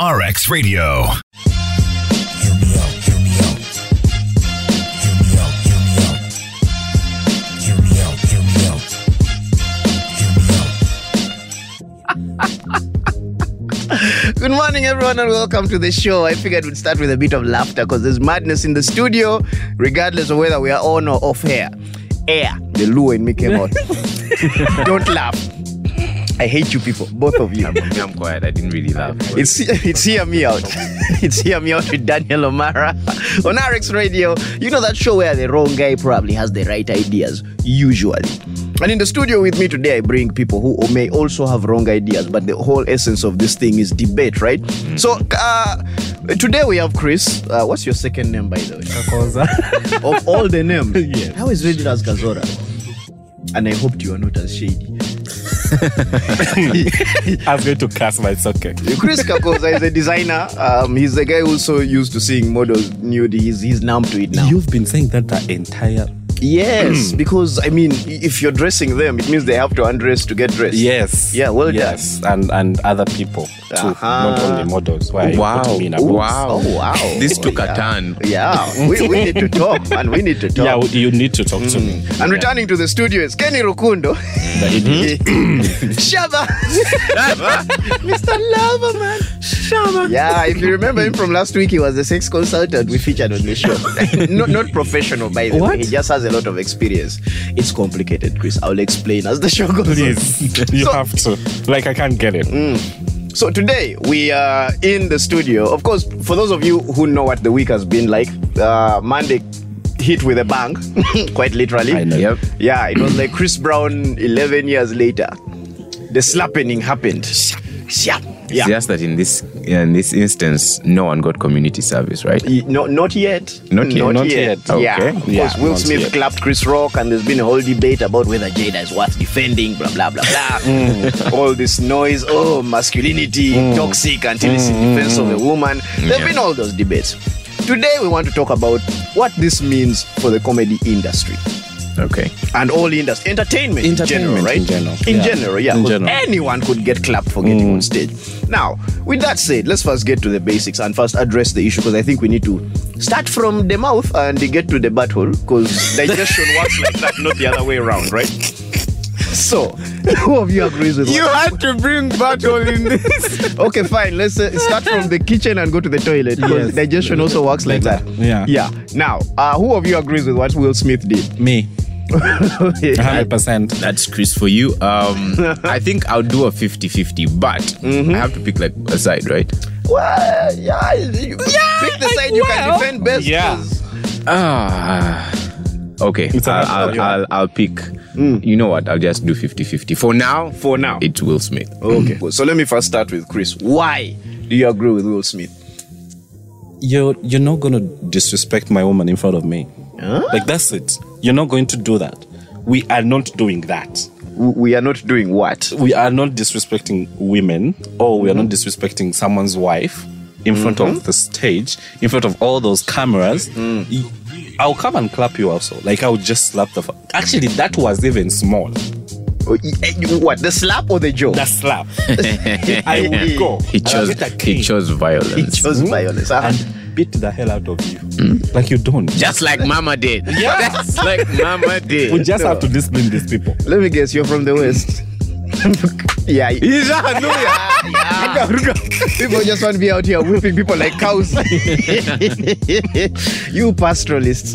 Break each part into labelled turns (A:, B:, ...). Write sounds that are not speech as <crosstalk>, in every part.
A: RX Radio.
B: Hear me out, hear me out. Hear me out, hear me out. Hear me out, hear me out. Hear me out.
C: Good morning, everyone, and welcome to the show. I figured we'd start with a bit of laughter because there's madness in the studio, regardless of whether we are on or off air. Air, the Luo in me came out. Don't laugh. I hate you people, both of you.
D: Me, I'm quiet. I didn't really laugh.
C: It's it's hear me out. <laughs> It's hear me out with Daniel O'Mara on RX Radio. You know that show where the wrong guy probably has the right ideas usually. And in the studio with me today, I bring people who may also have wrong ideas, but the whole essence of this thing is debate, right? So uh, today we have Chris. Uh, what's your second name, by the way? of all the names,
D: Yes.
C: I was rated as Kazora. And I hoped you are not as shady.
D: I was going to cast, but it's okay.
C: Chris Kakosa is a designer. Um, he's the guy who also used to seeing models nude. He's, he's numb to it now.
D: You've been saying that the entire.
E: Hmm.
C: yes, because I mean, i- if you're dressing them, it means they have to undress to get dressed.
D: Yes.
C: Yeah, well done.
D: yes, and and other people too,
C: Uh-huh.
D: not only models. Why are you
E: Wow.
D: putting me in a box?
E: Wow.
C: Oh wow.
E: This took
C: yeah.
E: a turn.
C: Yeah, we, we need to talk, man. We need to
D: Yeah,
C: talk.
D: w- you need to talk to me.
C: Mm. and returning to the studio is Kenny Rukundo.
D: Yeah, the idiot.
C: <laughs> Shaba. Mr. Lover, man. Shaba. Yeah, if you remember him from last week, he was the sex consultant we featured on the show. <laughs> not, not professional, by the way.
D: What?
C: He just has a lot of experience. It's complicated, Chris. I'll explain as the show goes on. <laughs>
D: Please, you
C: So- Mm.
D: have to. Like, I can't get it.
C: So today we are in the studio. Of course, for those of you who know what the week has been like, uh, Monday hit with a bang, <laughs> quite literally.
D: I know. Yep.
C: Yeah, it was like Chris Brown 11 years later. The slapping happened. Yeah.
E: It's
C: Yeah.
E: just that in this in this instance, no one got community service, right?
C: Y- No, not yet.
E: Not yet.
D: Not yet.
C: Yeah.
E: Okay.
C: Of
D: Yeah,
C: course, Will
D: not
C: Smith
D: yet.
C: clapped Chris Rock, and there's been a whole debate about whether Jada is worth defending, blah, blah, blah,
D: <laughs> Mm.
C: blah. <laughs> all this noise, oh, masculinity, toxic until it's
D: Mm.
C: in defense of a woman. There have
E: Yeah.
C: been all those debates. Today, we want to talk about what this means for the comedy industry
E: Okay.
C: and all industry, entertainment, in general,
D: Entertainment
C: right?
D: in general,
C: in
D: yeah.
C: general, yeah.
D: In
C: 'cause
D: general. Mm.
C: anyone could get clapped for getting on stage. Now, with that said, let's first get to the basics and first address the issue because I think we need to start from the mouth and get to the butthole because digestion works like that, not the other way around, right? So, <laughs> who of you agrees with what-
E: had to bring battle in this.
C: <laughs> Okay, fine. Let's uh, start from the kitchen and go to the toilet because
D: Yes.
C: digestion also works like that.
D: Yeah.
C: Yeah. Now, uh, who of you agrees with what Will Smith did? <laughs>
D: Me, 100%.
E: That's Chris for you. Um, I think I'll do a 50-50, but I have to pick like a side, right?
C: Well, yeah, you- pick the side you can defend best.
D: Yeah.
C: 'cause-
E: Ah. Okay.
D: It's a-
E: I'll, I'll, I'll, I'll pick. You know what? I'll just do 50-50 for now.
C: For now.
E: It's Will Smith.
C: Okay. So let me first start with Chris. Why do you agree with Will Smith?
D: You're, you're not going to disrespect my woman in front of me. Like, that's it. You're not going to do that. We are not doing that.
C: W- We are not doing what?
D: we are not disrespecting women or we are not disrespecting someone's wife in front of the stage, in front of all those cameras. Y- I'll come and clap you also. Like I'll just slap the. Fu- Actually, that was even small.
C: Oh, y- eh, you- What? The slap or the joke?
D: That <laughs> slap. I will go.
E: He
D: And I'll
E: chose.
D: be the
E: He
D: king
E: chose violence.
C: It
D: Hmm?
C: was violence. Uh-huh.
D: And beat the hell out of you. Like you don't.
E: Just like Mama did.
D: Yeah.
E: Just like Mama did.
D: we just have to discipline these people.
C: Let me guess, you're from the
D: <laughs>
C: West. yeah. y-
E: He's a hallelujah.
D: <laughs>
C: People just want to be out here whipping people like cows. you pastoralists.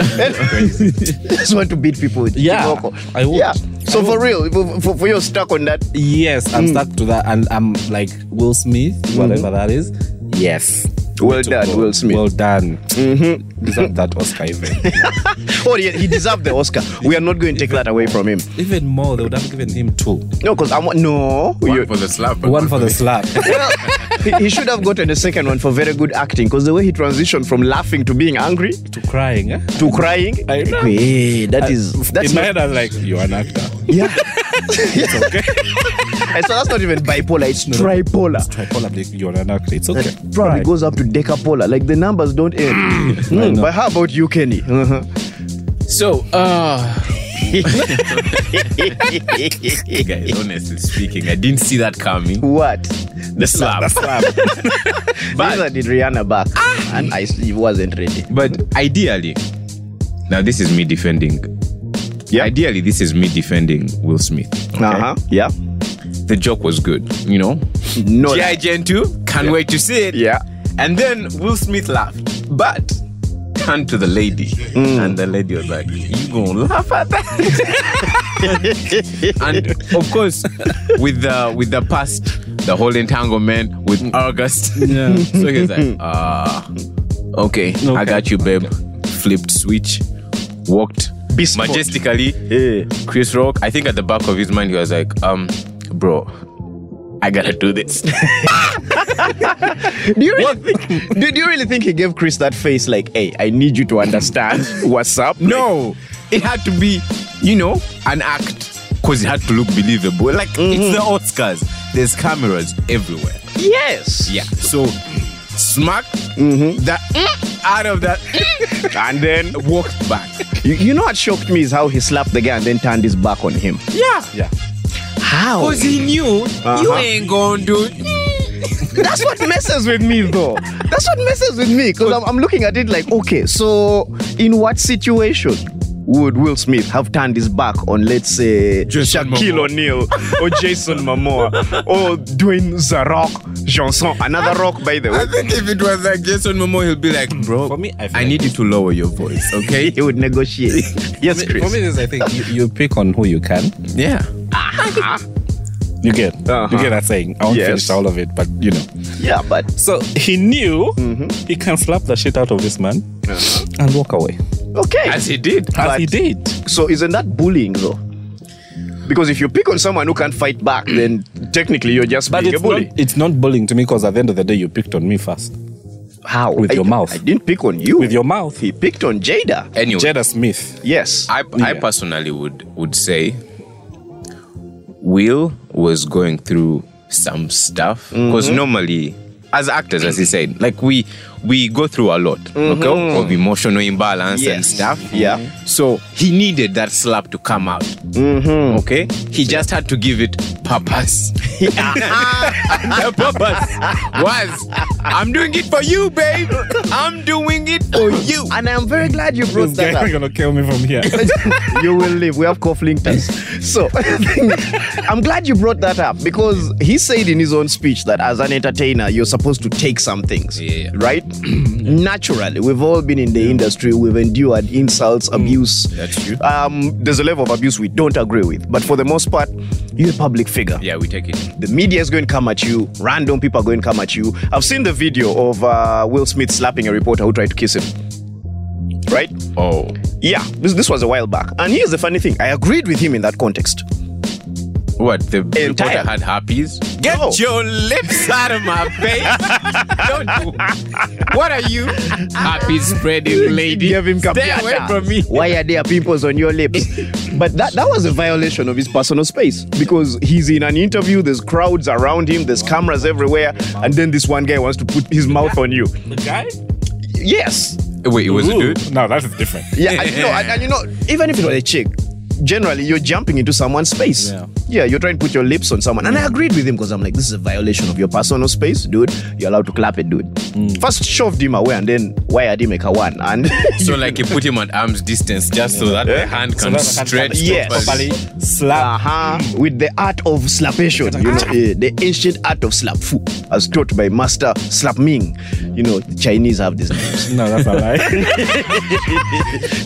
C: just want to beat people with
D: Yeah,
C: kiboko.
D: I would.
C: Yeah. So
D: I
C: for real, for- for, for you're stuck on that
D: Yes, I'm stuck to that, and I'm like Will Smith, whatever that is. Yes.
C: Well
D: Way to
C: done,
D: go.
C: Will Smith. Mm-hmm.
D: Well done. Deserve that Oscar even.
C: Oh, yeah, he deserved the Oscar. We are not going to take that away from him.
D: <laughs> even more, they would have given him two.
C: No, because I'm no.
E: One
C: you-
E: for the slap. and
D: One for the <laughs> slap.
C: well, he, he should have gotten a second one for very good acting. Because the way he transitioned from laughing to being angry
D: to crying. Eh?
C: to crying,
D: I know.
C: hey, that is that's
D: In my
C: not,
D: head, I was like, you're an actor. <laughs>
C: yeah. <laughs> and so that's not even bipolar; it's tripolar.
D: It's Tripolar, like, you're an actor.
C: <laughs>
D: It's okay.
C: Probably
D: Cry.
C: goes up to decapolar. Like the
D: <clears throat>
C: numbers don't end. Hmm, but how about you, Kenny? Uh-huh.
E: <laughs> So, uh, Guys, honestly speaking, I didn't see that coming.
C: what?
E: The slap.
C: <laughs> Neither did Rihanna back,
D: Ah!
C: and I s- wasn't ready.
E: But ideally, now this is me defending. Yeah. Ideally, this is me defending Will Smith. okay?
C: Uh huh. Yeah.
E: The joke was good, you know.
C: No.
E: G.I. Gen 2, can't wait to see it.
C: Yeah.
E: And then Will Smith laughed, but turned to the lady,
D: Mm.
E: and the lady was like, "You gonna laugh at that?" <laughs> and of course, with the with the past, the whole entanglement with August.
D: Mm. <laughs> Yeah.
E: <laughs> so he was
D: <laughs>
E: like, "Ah, okay, I
D: Okay.
E: got you, babe." Flipped switch, walked
C: Bespoke.
E: majestically.
C: Eh.
E: Chris Rock, I think at the back of his mind, he was like, "Um, bro." I gotta do this.
C: Do you really think? Do, do you really think he gave Chris that face? Like, hey, I need you to
E: <laughs>
C: understand what's up.
E: No, it had to be, you know, an act because it had to look believable. Like it's the Oscars. There's cameras everywhere. <laughs>
C: Yes.
E: Yeah. So smack that out of that, <laughs> and then walked back.
C: You, you know what shocked me is how he slapped the guy and then turned his back on him.
E: Yeah.
D: Yeah.
C: How?
E: Because he knew you
C: Uh-huh.
E: ain't gonna
C: <laughs>
E: do.
C: That's what messes with me, though. That's what messes with me because I'm, I'm looking at it like, okay, so in what situation would Will Smith have turned his back on, let's say,
E: Jason
C: Shaquille
E: Momoa.
C: O'Neal
E: <laughs>
C: or Jason Momoa or Dwayne The Rock Johnson, another rock, by the way?
E: I think if it was like Jason Momoa, he'll be like, bro.
D: For me, I feel
E: I
D: like-
E: need you to lower your voice, okay?
C: He would negotiate.
D: <laughs>
C: Yes, Chris.
D: For me, this I think you, you pick on who you can.
E: yeah.
D: You get,
C: Uh-huh.
D: you get that saying. I won't
C: Yes.
D: finish all of it, but you know.
C: Yeah, but
D: So he knew
C: Mm-hmm.
D: he can slap the shit out of this man and walk away,
C: okay.
E: As he did.
D: as
C: Uh-huh. But-
D: he did.
C: So isn't that bullying though? Because if you pick on someone who can't fight back, then technically you're just
D: Mm. But
C: being
D: it's
C: a bully.
D: not, it's not bullying to me because at the end of the day, you picked on me first
C: How?
D: With
C: I,
D: your mouth.
C: I didn't pick on you.
D: with your Eh, mouth.
C: He <laughs> picked on Jada.
E: Anyway.
D: Jada Smith.
C: Yes.
E: I, I personally would would say Will was going through some stuff because normally as actors as he said like we we go through a lot okay of emotional imbalance and
C: Yes.
E: stuff
C: Yeah.
E: so he needed that slap to come out okay he just had to give it purpose and the purpose was i'm doing it for you babe i'm doing it for you
C: And I'm very glad you brought
D: This
C: that
D: guy
C: up.
D: gonna kill me from <laughs> here.
C: <laughs> you will live. We have cufflinkters. So <laughs> I'm glad you brought that up because he said in his own speech that as an entertainer, you're supposed to take some things,
E: Yeah.
C: right? <clears throat> Naturally, we've all been in the industry. We've endured insults, abuse.
E: Mm. That's true.
C: Um, there's a level of abuse we don't agree with, but for the most part, you're a public figure.
E: yeah we take it
C: The media is going to come at you. Random people are going to come at you. I've seen the video of uh, Will Smith slapping a reporter who tried to kiss him. Right?
E: oh
C: Yeah, this, this was a while back. And here's the funny thing I agreed with him in that context.
E: What the reporter
C: time.
E: had herpes? Get
C: No.
E: your lips out of my face! Don't do. What are you? Herpes spreading lady.
C: Give him
E: Stay
C: capiata.
E: away from me.
C: Why are there pimples on your
E: <laughs>
C: lips? But that, that was a violation of his personal space because he's in an interview, there's crowds around him, there's cameras everywhere, and then this one guy wants to put his mouth on you.
D: the guy?
C: Yes.
E: Wait, it was a dude.
D: No, that is
C: <laughs>
D: different.
C: Yeah, and, no, and, and you know, even if it was a chick, generally you're jumping into someone's space.
D: Yeah.
C: you're trying to put your lips on someone. And I agreed with him because I'm like, this is a violation of your personal space, dude. You're allowed to clap it, dude. First shoved him away and then wired him like a one. And <laughs>
E: So like you put him at arm's distance just so that the hand
D: So
E: can
D: that I can
E: stretch
C: Yes.
E: properly.
D: properly slap.
C: uh-huh, with the art of slapation, you know, eh, the ancient art of slap fu, as taught by Master Slap Ming. You know, the Chinese have these names.
D: No, that's a
C: <laughs>
D: lie.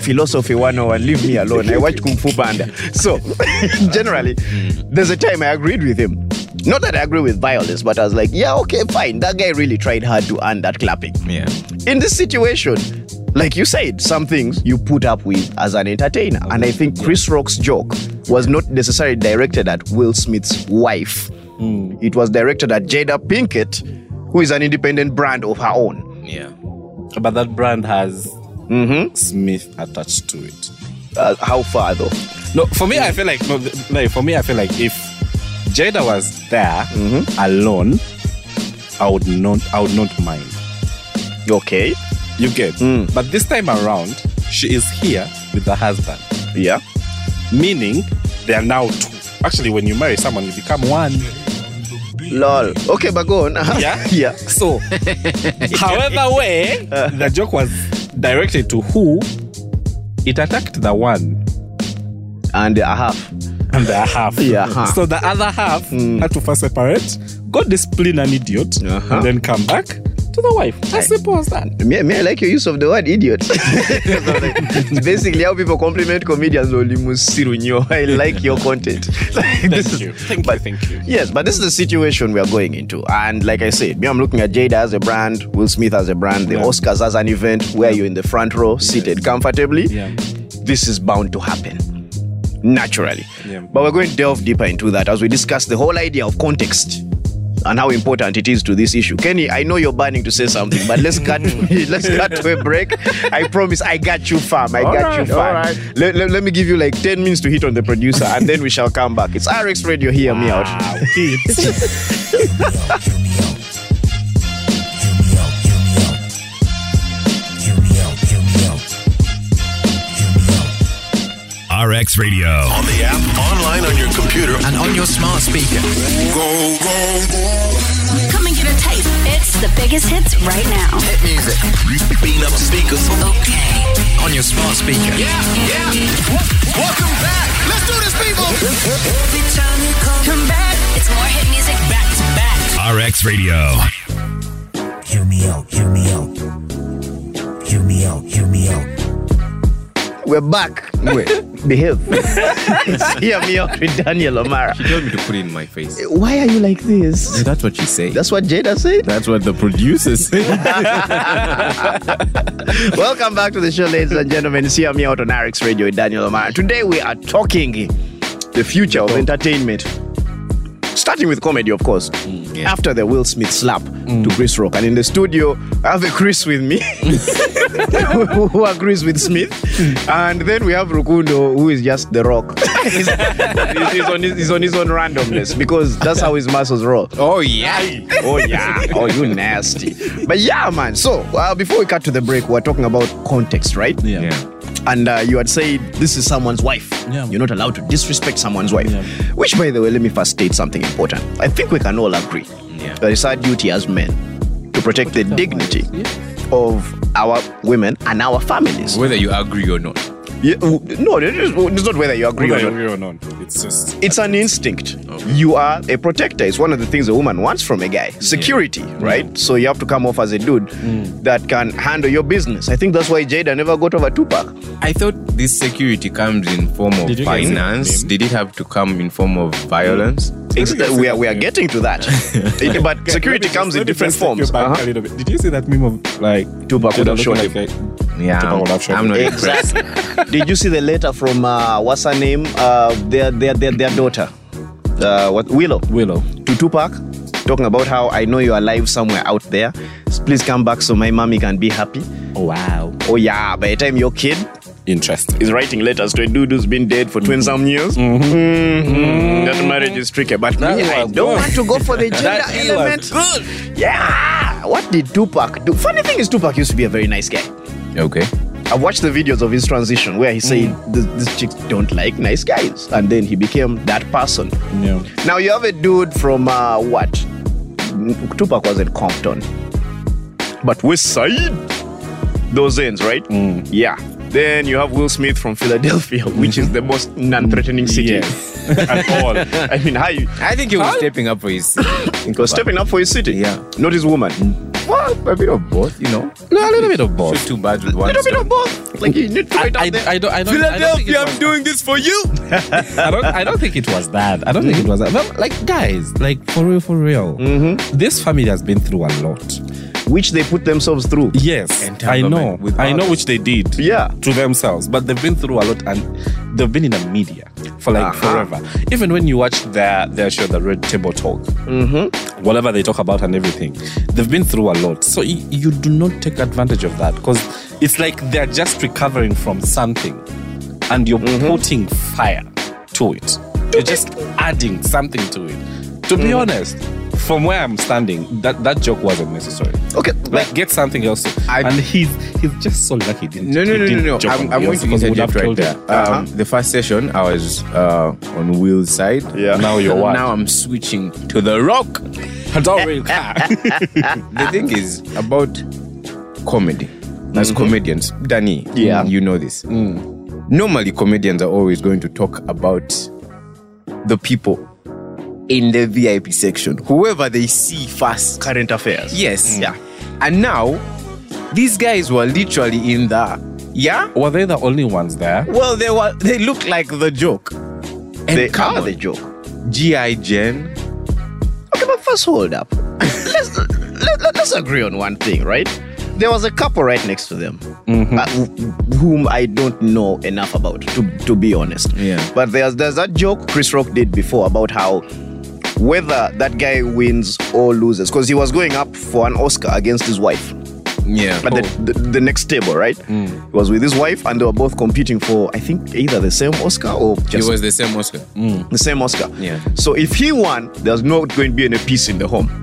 C: philosophy 101 leave me alone i watch kung fu panda so <laughs> generally there's a time i agreed with him not that i agree with violence but i was like yeah okay fine that guy really tried hard to earn that clapping
E: Yeah.
C: in this situation like you said some things you put up with as an entertainer and i think chris rock's joke was not necessarily directed at will smith's wife it was directed at jada pinkett who is an independent brand of her own
E: Yeah.
D: but that brand has
C: Mm-hmm.
D: Smith attached to it.
C: Uh, how far though
D: No, for me, I feel like no, th- no. For me, I feel like if Jada was there
C: Mm-hmm.
D: alone, I would not. I would not mind.
C: okay Mm.
D: You get. But this time around, she is here with her husband.
C: yeah
D: meaning they are now two. Actually, when you marry someone, you become one.
C: Lol. Okay, but <laughs> go on.
D: Yeah?
C: yeah. <laughs>
D: So, however way,
C: Uh.
D: the joke was directed to who, it attacked the one
C: And a half.
D: and the half.
C: Yeah, huh.
D: So the other half had to first separate, go discipline an idiot,
C: Uh-huh.
D: and then come back to the wife. As simple as that.
C: Me, me, I like your use of the word idiot. <laughs> it's basically how people compliment comedians. Olimu Sirunyo. <laughs> I like your content. <laughs> Like, this is- but-
D: you.
C: Yes, but this is the situation we are going into. And like I said, me, I'm looking at Jada as a brand, Will Smith as a brand, the Oscars as an event where you're in the front row, seated comfortably.
D: Yeah.
C: This is bound to happen naturally.
D: Yeah.
C: But we're going to delve deeper into that as we discuss the whole idea of context. And how important it is to this issue, Kenny. I know you're burning to say something, but let's cut. let's cut to a break. I promise, I got you, fam. I got you,
E: Alright,
C: fam.
E: alright.
C: Let, let, let me give you like ten minutes to hit on the producer, and then we shall come back. It's RX Radio. Hear me out.
A: RX Radio.
F: On the app, online on your computer.
A: And on your smart speaker.
F: Go, go, go.
G: Come and get a taste. It's the biggest hits right now.
A: Hit music.
F: Beating up speakers.
G: Okay.
A: On your smart speaker. Yeah,
F: Welcome back. Let's do this, people.
G: Every time you come, back, it's more hit music back to back.
A: RX Radio.
B: Hear me out, hear me out. Hear me out, hear me out.
C: We're back. Wait, behave. <laughs> It's Hear me out with Daniel O'Mara.
E: She told me to put it in my face.
C: Why are you like this?
E: That's what you say.
C: That's what Jada said.
E: That's what the producers say.
C: Welcome back to the show, ladies and gentlemen. It's Hear me out on RX Radio with Daniel O'Mara. Today we are talking the future of entertainment. Starting with comedy, of course.
E: yeah.
C: After the Will Smith slap to Chris Rock. And in the studio, I have a Chris with <laughs> me who who agrees with Smith. And then we have Rukundo, who is just the rock. <laughs> he's, he's on his, he's on his own randomness because that's how his muscles roll.
E: oh yeah.
C: oh yeah <laughs> oh you nasty but yeah man so uh, before we cut to the break we're talking about context right
E: Yeah.
C: and uh, you had said this is someone's wife
D: Yeah.
C: you're not allowed to disrespect someone's wife
D: Yeah.
C: which by the way let me first state something important i think we can all agree
E: Yeah.
C: that it's our duty as men to protect the dignity of our women and our families
E: Whether you agree or not.
C: Yeah, w- no it is- it's not whether you agree or not
D: or not. It's just
C: it's an instinct. You are a protector. It's one of the things a woman wants from a guy. Security, right? So you have to come off as a dude that can handle your business. I think that's why Jada never got over Tupac.
E: I thought this security comes in form of
D: Did you guys
E: finance.
D: name?
E: Did it have to come in form of violence?
C: It's- we are we are getting to that. It- but
D: <laughs>
C: security comes in different forms. Uh-huh.
D: Did you see that meme of like
C: Tupac would
D: Jada
C: have shot him.
D: looking like-
E: Yeah,
D: Talk
E: I'm,
D: about option.
E: I'm not impressed.
C: <laughs> Exactly. Did you see the letter from uh, what's her name? Uh, their their their their daughter, uh, what Willow?
D: Willow.
C: to Tupac, talking about how I know you're alive somewhere out there. Please come back so my mommy can be happy.
D: Wow.
C: Oh yeah, by the time your kid
D: Interesting.
C: is writing letters to a dude who's been dead for 20 some years. Mhm. That marriage is tricky. But me,
D: Mm-hmm. That
C: I
D: was
C: don't
D: good.
C: want to go for the gender
D: That was
C: element. Good. Yeah. What did Tupac do? Funny thing is, Tupac used to be a very nice guy.
E: okay.
C: I've watched the videos of his transition where he said
D: Mm.
C: "Th- these chicks don't like nice guys. And then he became that person.
D: Yeah.
C: Now you have a dude from uh, what? N- Tupac was in Compton. But West Side, those ends, right?
E: Mm.
C: Yeah. Then you have Will Smith from Philadelphia, <laughs> which is the most non-threatening
E: Mm.
C: city <laughs> at all. I mean, how you
E: I think he was stepping up for his.
C: he was stepping up for his city?
E: Yeah. Mm.
C: Not his woman.
E: Well, a bit of both, you <laughs> know.
D: No, a little bit of both.
E: Shoot two birds with one
C: A bit
E: stone.
C: of both. Like you need to
D: I,
C: wait
D: I,
C: out there.
D: I don't. I don't.
E: Philadelphia,
D: I don't think it was-
E: I'm doing this for you.
D: I don't, I don't think it was that. I don't think it was that. But like, guys, like for real, for real, this family has been through a lot.
C: Which they put themselves through.
D: Yes, I know.
E: Entanglement with
D: I know
E: others.
D: which they did.
C: Yeah.
D: to themselves, but they've been through a lot and they've been in the media for like
C: Uh-huh.
D: forever. Even when you watch their their show, the Red Table Talk,
C: Mm-hmm.
D: whatever they talk about and everything, they've been through a lot. So you, you do not take advantage of that because it's like they're just recovering from something, and you're
C: Mm-hmm.
D: putting
C: Mm.
D: fire to it. You're just adding something to it. To be honest, from where I'm standing, that, that joke wasn't necessary.
C: Okay,
D: Like, get something else.
E: I-
D: and he's he's just so lucky. he Didn't,
E: No, no,
D: he
E: no, no,
D: didn't
E: no.
D: joke
E: I'm,
D: on
E: I'm
D: yours
E: going to
D: because we would
E: interject
D: have
E: right
D: told
E: there.
D: you.
E: Um, the first session, I was uh, on Will's side.
C: Yeah.
D: Now you're what?
E: Now I'm switching to The Rock.
D: I <laughs> don't really care.
E: the thing is about comedy as comedians danny
C: Yeah.
E: you know this normally comedians are always going to talk about the people in the vip section whoever they see first
C: current affairs.
E: yes yeah and now these guys were literally in the yeah
D: Were they the only ones there?
E: well they were they looked like the joke and
C: They
E: come
C: are
E: on,
C: the joke.
E: gi jen
C: Okay, but first hold up. let's let, let, us agree on one thing, right? There was a couple right next to them, uh, wh- whom I don't know enough about, to, to be honest.
E: Yeah.
C: But there's there's that joke Chris Rock did before about how whether that guy wins or loses, because he was going up for an Oscar against his wife
E: yeah
C: at the, the, the next table, right? He was with his wife, and they were both competing for, I think, either the same Oscar or
E: it
C: just
E: was the same oscar Mm.
C: the same Oscar.
E: Yeah.
C: So if he won, there's not going to be any peace in the home.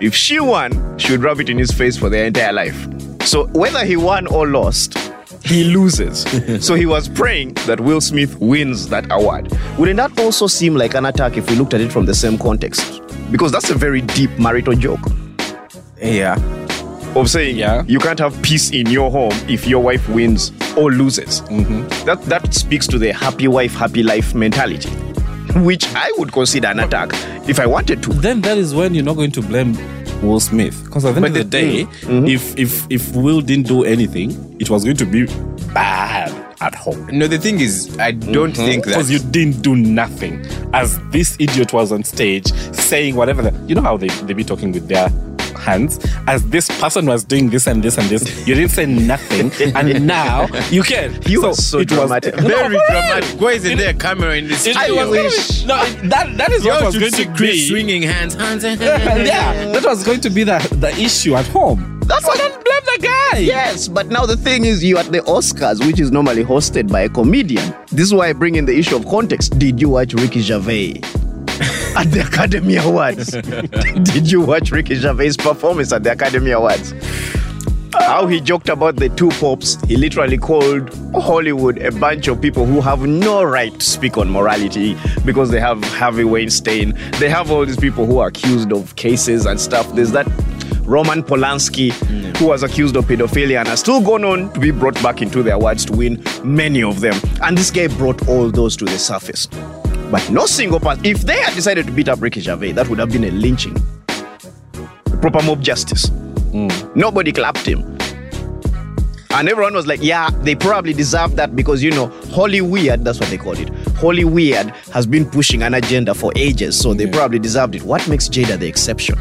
C: If she won, she would rub it in his face for their entire life. So whether he won or lost, he loses. so he was praying that Will Smith wins that award. Wouldn't that also seem like an attack if we looked at it from the same context? Because that's a very deep marital joke
E: yeah
C: of saying
D: Yeah.
C: you can't have peace in your home if your wife wins or loses. That that speaks to the happy wife, happy life mentality, <laughs> which I would consider an attack if I wanted to.
D: then that is when you're not going to blame Will Smith. Because at the end
E: But
D: of the
E: the-
D: day, if if if Will didn't do anything, it was going to be bad at home.
E: no the thing is i don't think that
D: Because you didn't do nothing. As this idiot was on stage saying whatever the, you know how they, they be talking with their hands. As this person was doing this and this and this, you didn't say
E: <laughs>
D: nothing. And now you can.
C: You were so dramatic.
E: Very
D: for real.
E: dramatic. Why isn't there a camera in this?
D: It was- no, it- that, that is what
E: Y'all
D: was
E: should
D: going
E: see
D: to
E: Chris
D: be.
E: swinging hands, <laughs> hands,
D: <laughs>
E: hands.
D: yeah, that was going to be the, the issue at home.
C: That's
D: So don't blame the guy.
C: Yes, but now the thing is, you at the Oscars, which is normally hosted by a comedian. This is why I bring in the issue of context. Did you watch Ricky Gervais? <laughs> At the Academy Awards, did you watch Ricky Gervais' performance at the Academy Awards? How he joked about the two pops, he literally called Hollywood a bunch of people who have no right to speak on morality because they have Harvey Weinstein, they have all these people who are accused of cases and stuff. There's that Roman Polanski who was accused of pedophilia and has still gone on to be brought back into the awards to win many of them. And this guy brought all those to the surface. But no single person, if they had decided to beat up Ricky Gervais, that would have been a lynching. Proper mob justice. Nobody clapped him. And everyone was like, yeah, they probably deserve that because, you know, Holy Weird, that's what they called it. Holy Weird has been pushing an agenda for ages, so they probably deserved it. What makes Jada the exception?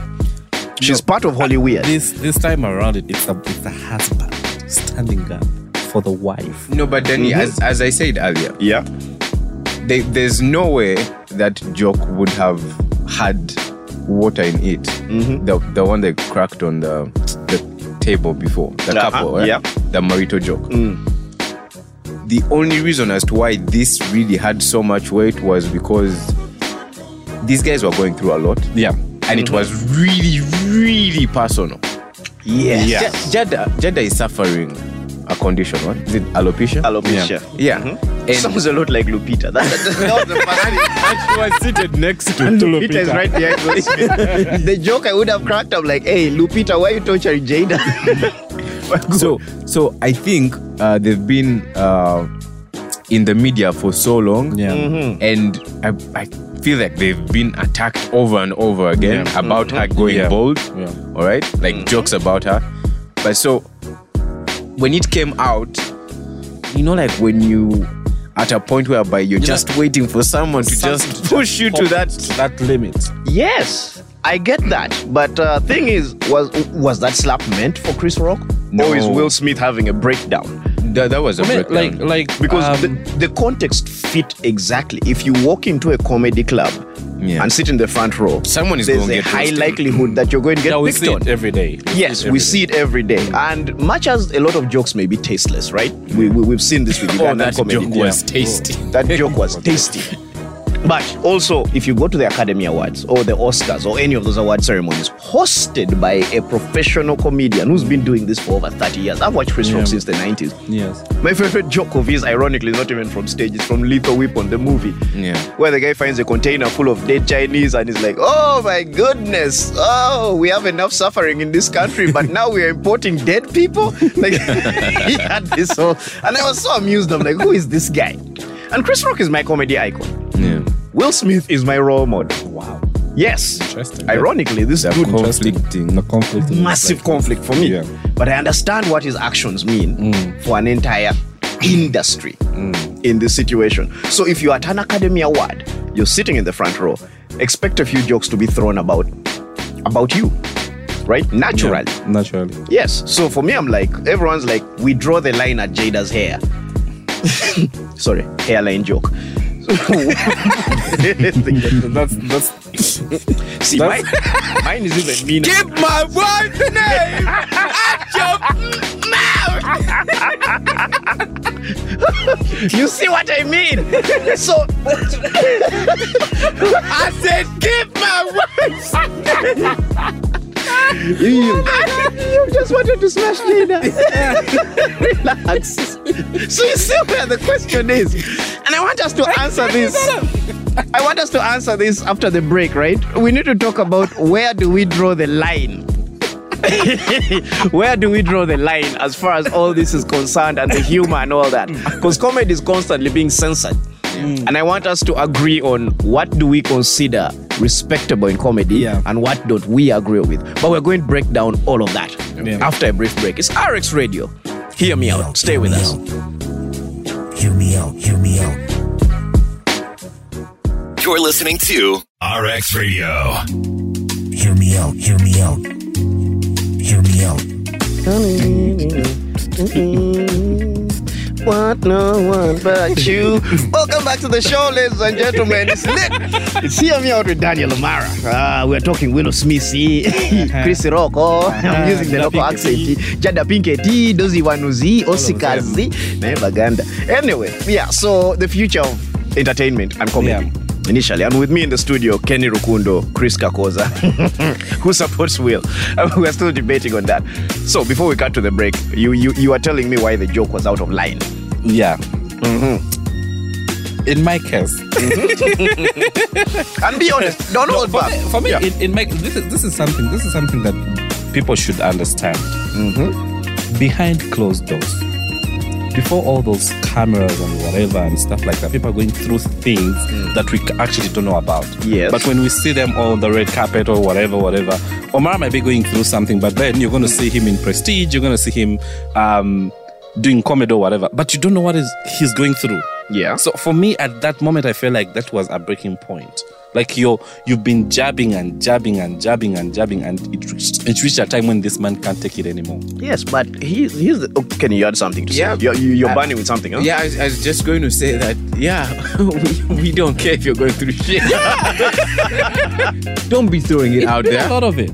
C: She's part of Holy Weird.
D: This this time around, it, it's a it's a husband standing up for the wife.
E: No, but Danny, as, as I said earlier,
C: <laughs> Yeah.
E: they, there's no way that joke would have had water in it. The the one they cracked on the the table before, the
C: Uh-huh,
E: couple, right?
C: yeah.
E: the marital joke. The only reason as to why this really had so much weight was because these guys were going through a lot.
D: Yeah.
E: and it was really, really personal.
C: Yes.
D: Yeah.
E: Jada, Jada is suffering a condition, right? Is it alopecia?
C: Alopecia. Mm-hmm.
E: yeah.
C: Sounds a lot like Lupita. That, that- that was <laughs> the first thing.
E: she was seated next
C: <laughs>
E: to
C: Lupita is right behind Will Smith. the joke I would have cracked up like, hey, Lupita, why you torturing Jada? <laughs>
E: So, so I think uh, they've been uh, in the media for so long,
D: Yeah.
E: and I, I feel like they've been attacked over and over again
D: Yeah.
E: about her going
D: Yeah.
E: bald.
D: Yeah.
E: All right, like jokes about her, but so when it came out, you know, like when you at a point whereby you're just waiting for someone to just <laughs> push you to that.
D: that limit.
C: Yes, I get that. But uh, thing is, was was that slap meant for Chris Rock?
E: No.
C: Or is Will Smith having a breakdown?
E: That, that was a
D: I mean,
E: breakdown.
D: like like
C: Because
D: um,
C: the, the context fit exactly. If you walk into a comedy club
E: Yeah.
C: and sit in the front row,
E: Someone is
C: there's
E: gonna
C: a
E: get
C: high
E: roasted.
C: likelihood that you're going to get
D: yeah, we
C: picked
D: see
C: on.
D: it every day.
C: Yes,
D: Every
C: we
D: day.
C: see it every day. And much as a lot of jokes may be tasteless, right? We, we, we've seen this with Ugandan
E: that
C: comedy.
E: joke was tasty.
C: That joke was tasty. But also, if you go to the Academy Awards or the Oscars or any of those award ceremonies hosted by a professional comedian who's been doing this for over 30 years, I've watched Chris Rock since the 90s.
D: Yes.
C: My favorite joke of his, ironically, is not even from stage, it's from Lethal Weapon, the movie.
E: Yeah.
C: Where the guy finds a container full of dead Chinese and is like, oh my goodness, oh, we have enough suffering in this country, but now we are importing dead people? <laughs> Like, he had this whole. And I was so amused. I'm like, who is this guy? And Chris Rock is my comedy icon.
D: Yeah.
C: Will Smith is my role model. Wow. Yes.
D: Interesting.
C: Ironically, this
D: The
C: dude
D: conflicting. The conflicting.
C: massive conflict for me.
D: Yeah.
C: But I understand what his actions mean for an entire industry in this situation. So if you're at an Academy Award, you're sitting in the front row, expect a few jokes to be thrown about about you. Right? Naturally.
D: Naturally.
C: Yes. So for me, I'm like, everyone's like, we draw the line at Jada's hair. <laughs> Sorry, hairline joke. <laughs>
D: That's that's
C: See, mine, <laughs> mine is even meaner.
E: Give my wife's name at your
C: You see what I mean? so
E: I said, give my wife's
C: you just wanted to smash
E: <laughs>
C: Jada. Relax. So you see where the question is, and I want us to answer this. I want us to answer this after the break, right? We need to talk about where do we draw the line. <laughs> where do we draw the line as far as all this is concerned and the humor and all that? Because comedy is constantly being censored. And I want us to agree on what do we consider respectable in comedy
D: Yeah.
C: and what don't we agree with. But we're going to break down all of that after a brief break. It's RX Radio. Hear me out. Stay with us.
B: Hear me out. Hear me out.
F: You're listening to
A: RX Radio.
B: Hear me out. Hear me out. Hear me out.
C: What no one but you. Welcome back to the show, ladies and gentlemen. It's lit. It's here me out with Daniel O'Mara. Ah, we're talking Willow <laughs> Smithy, Chris Rocco. I'm using the local accent. eh? Jada Pinkett, Dozi Wanuzi, Osikazi, Baganda. Anyway, yeah. So the future of entertainment and comedy.
D: Yeah.
C: Initially, and with me in the studio, Kenny Rukundo, Chris Kakoza, who supports Will. <laughs> We're still debating on that. So before we cut to the break, you you you are telling me why the joke was out of line.
D: yeah.
C: Mm-hmm.
D: In my case,
C: And be <laughs> honest, don't hold
D: for
C: back.
D: me, for me
C: Yeah.
D: in, in my this is this is something this is something that people should understand.
C: Mm-hmm.
D: Behind closed doors, before all those cameras and whatever and stuff like that, people are going through things that we actually don't know about.
C: Mm. Yes.
D: But when we see them on the red carpet or whatever, whatever, Omar might be going through something, but then you're going to see him in Prestige. You're going to see him. Um, Doing comedy or whatever, but you don't know what is he's going through.
C: yeah.
D: So for me, at that moment, I feel like that was a breaking point. Like you're you've been jabbing and jabbing and jabbing and jabbing, and it reached it reached a time when this man can't take it anymore.
C: yes, but he, he's the, oh, Kenny, you had something to say.
E: Yeah.
C: You're, you- you're
E: Uh,
C: burning with something, huh?
E: Yeah, I was, I was just going to say that. Yeah, <laughs> we, we don't care if you're going through shit. <laughs> don't be throwing it out
D: A
E: there.
D: lot of it.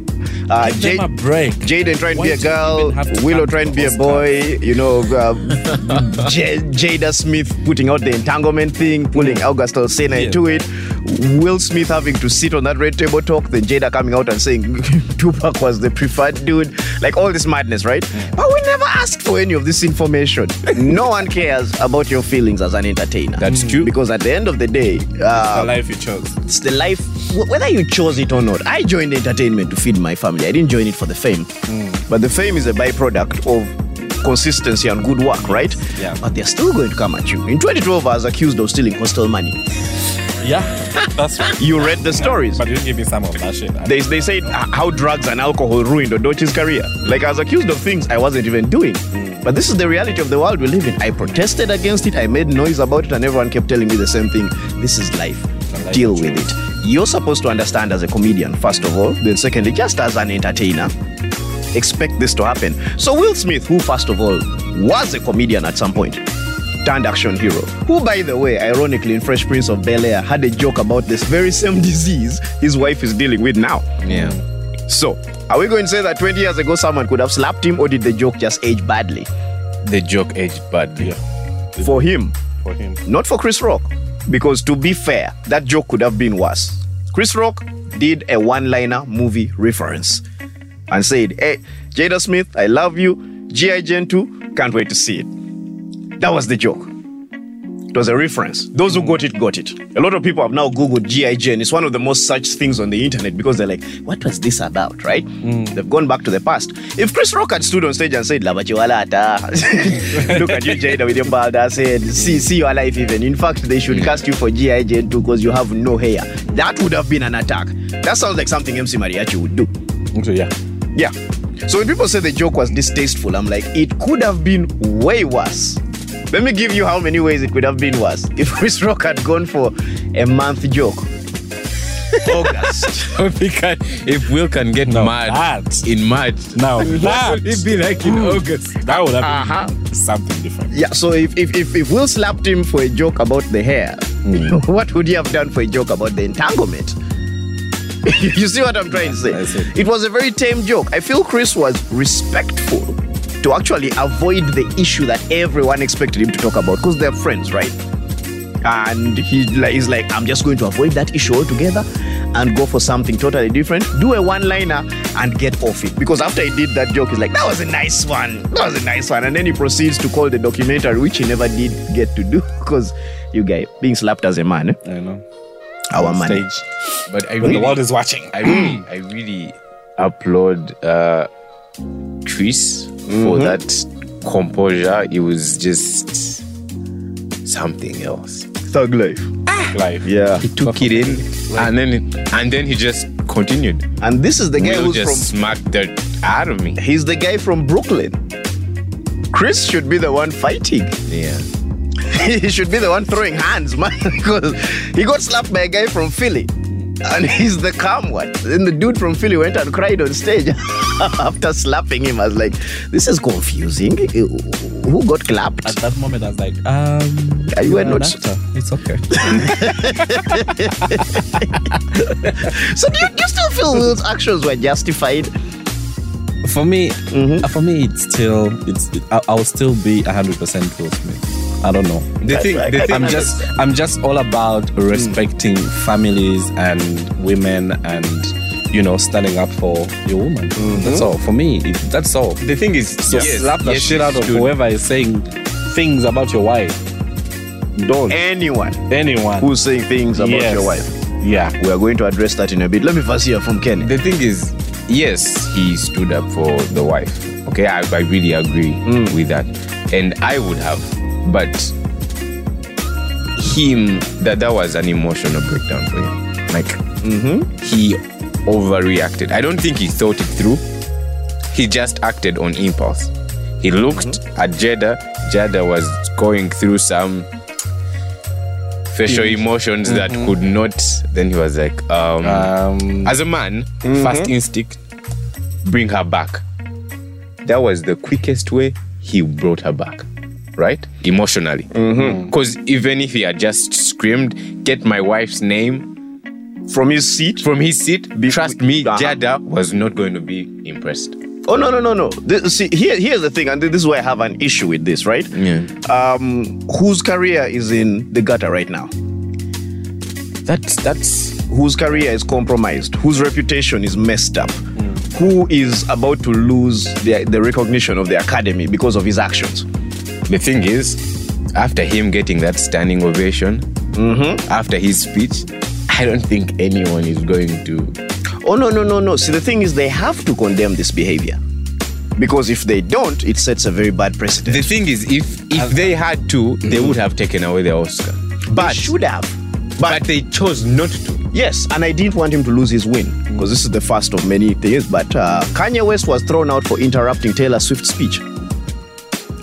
C: Uh,
D: Give
C: Jade,
D: them a break.
C: Jaden trying to
D: Why
C: be a
D: do you
C: girl,
D: even have to
C: Willow
D: come
C: trying to
D: to
C: be a
D: Oscar?
C: boy, you know, uh, J- Jada Smith putting out the entanglement thing, pulling Augusta Osena
D: Yeah.
C: into it, Will Smith having to sit on that red table talk, then Jada coming out and saying <laughs> Tupac was the preferred dude, like all this madness, right? But we never asked for any of this information. no one cares about your feelings as an entertainer. Mm.
D: That's true.
C: Because at the end of the day, uh,
D: the life you chose.
C: it's the life wh- whether you chose it or not i joined entertainment to feed my family i didn't join it for the fame
D: Mm.
C: but the fame is a byproduct of consistency and good work right
D: Yeah.
C: but they're still going to come at you in 2012 i was accused of stealing hostel money
D: <laughs> Yeah, that's right.
C: you read the stories
D: But you give me some of that shit.
C: they, they said h- how drugs and alcohol ruined Odochi's career. Like, I was accused of things I wasn't even doing. But this is the reality of the world we live in. I protested against it, I made noise about it, and everyone kept telling me the same thing. This is life.
D: a life
C: Deal with it. You're supposed to understand as a comedian, first of all. Then, secondly, just as an entertainer, expect this to happen. So, Will Smith, who, first of all, was a comedian at some point, turned action hero, who, by the way, ironically, in Fresh Prince of Bel Air, had a joke about this very same <laughs> disease his wife is dealing with now.
E: Yeah.
C: So, are we going to say that 20 years ago someone could have slapped him, or did the joke just age badly
E: The joke aged badly.
C: for him,
D: for him.
C: not for Chris Rock? Because to be fair, that joke could have been worse. Chris Rock did a one liner movie reference and said, Hey, Jada Smith, I love you. G.I. Gen 2, can't wait to see it. That was the joke. It was a reference. Those who got it, got it. A lot of people have now Googled G.I. Gen. It's one of the most searched things on the internet because they're like, what was this about, right? They've gone back to the past. If Chris Rock had stood on stage and said, Labachiwalata, <laughs> look at you, Jada, with your bald ass head, see, see your life even. In fact, they should cast you for G.I. Gen 2 because you have no hair. That would have been an attack. That sounds like something MC Mariachi would do.
D: So, <laughs> yeah.
C: Yeah. So when people say the joke was distasteful, I'm like, it could have been way worse. Let me give you how many ways it could have been worse. If <laughs> Chris Rock had gone for a month joke, August.
E: If, he can, if Will can get
D: No,
E: mad
D: that.
E: in March,
D: Now,
E: <laughs> what would it
D: that,
E: be like in August?
D: that would have been something
C: <laughs>
D: different.
C: yeah, so if, if, if, if Will slapped him for a joke about the hair, <laughs> what would he have done for a joke about the entanglement? <laughs> you see what I'm trying to
D: I see.
C: say? It was a very tame joke. I feel Chris was respectful to actually avoid the issue that everyone expected him to talk about because they're friends, right? and he like, he's like, I'm just going to avoid that issue altogether and go for something totally different. Do a one-liner and get off it. Because after he did that joke, he's like, that was a nice one. That was a nice one. And then he proceeds to call the documentary, which he never did get to do because you guy being slapped as a man, eh?
D: I know.
C: our man.
D: Stage.
E: But I
D: When
E: really,
D: the world is watching.
E: I really, I really applaud uh, Chris for that composure. It was just something else.
C: Thug life.
D: Life.
C: Yeah.
E: Ah! He took it in, and then it, and then he just continued.
C: And this is the guy
E: Will
C: who's
E: just
C: from
E: smacked the out of me.
C: he's the guy from Brooklyn. Chris should be the one fighting.
E: Yeah.
C: <laughs> he should be the one throwing hands, <laughs> man, because he got slapped by a guy from Philly. And he's the calm one. Then the dude from Philly went and cried on stage <laughs> after slapping him. I was like, this is confusing. Uh, Who got clapped?
D: At that moment, I was like, um,
C: Yeah, you were
D: an
C: not-
D: actor. It's okay.
C: So do you, do you still feel Will's actions were justified?
D: for me,
E: Mm-hmm.
D: uh, for me, it's still, it's, it, I, I'll still be 100% Will Smith. I don't know.
E: The thing,
C: right.
E: the
D: I'm
E: thing, Mm.
D: just, I'm just all about respecting families and women and, you know, standing up for your woman. That's all. For me, it, that's all.
E: Mm-hmm. the thing is,
D: So
E: yes,
D: slap the
E: yes,
D: shit
E: he
D: out of
E: stood.
D: whoever is saying things about your wife.
E: Oh.
D: Don't
C: Anyone
D: anyone
C: who's saying things about
D: Yes.
C: your wife.
D: Yeah,
C: We are going to address that in a bit. Let me first hear from Kenny.
E: The thing is, yes, he stood up for the wife. Okay, I, I really agree with that, and I would have, but him that that was an emotional breakdown for him. Like he overreacted. I don't think he thought it through. He just acted on impulse. He looked at Jada. Jada was going through some facial emotions that could not. Then he was like, um,
D: um,
E: as a man, first instinct, bring her back. That was the quickest way he brought her back, right? Emotionally. Because even if he had just screamed, get my wife's name
C: From his seat?
E: from his seat,
C: Be-
E: trust me,
C: Uh-huh.
E: Jada was not going to be impressed.
C: Oh, no, no, no, no. This, see, here, here's the thing, and this is where I have an issue with this, right?
E: Yeah.
C: um, whose career is in the gutter right now,
E: That's, that's,
C: whose career is compromised, whose reputation is messed up, who is about to lose the, the recognition of the academy because of his actions.
E: the thing is, after him getting that standing ovation, after his speech, I don't think anyone is going to.
C: Oh, no, no, no, no. See, the thing is, they have to condemn this behavior. Because if they don't, it sets a very bad precedent.
E: The thing is, if if they had to, they would have taken away the Oscar.
C: but should have.
E: but, they chose not to.
C: Yes, and I didn't want him to lose his win because this is the first of many things. But uh, Kanye West was thrown out for interrupting Taylor Swift's speech.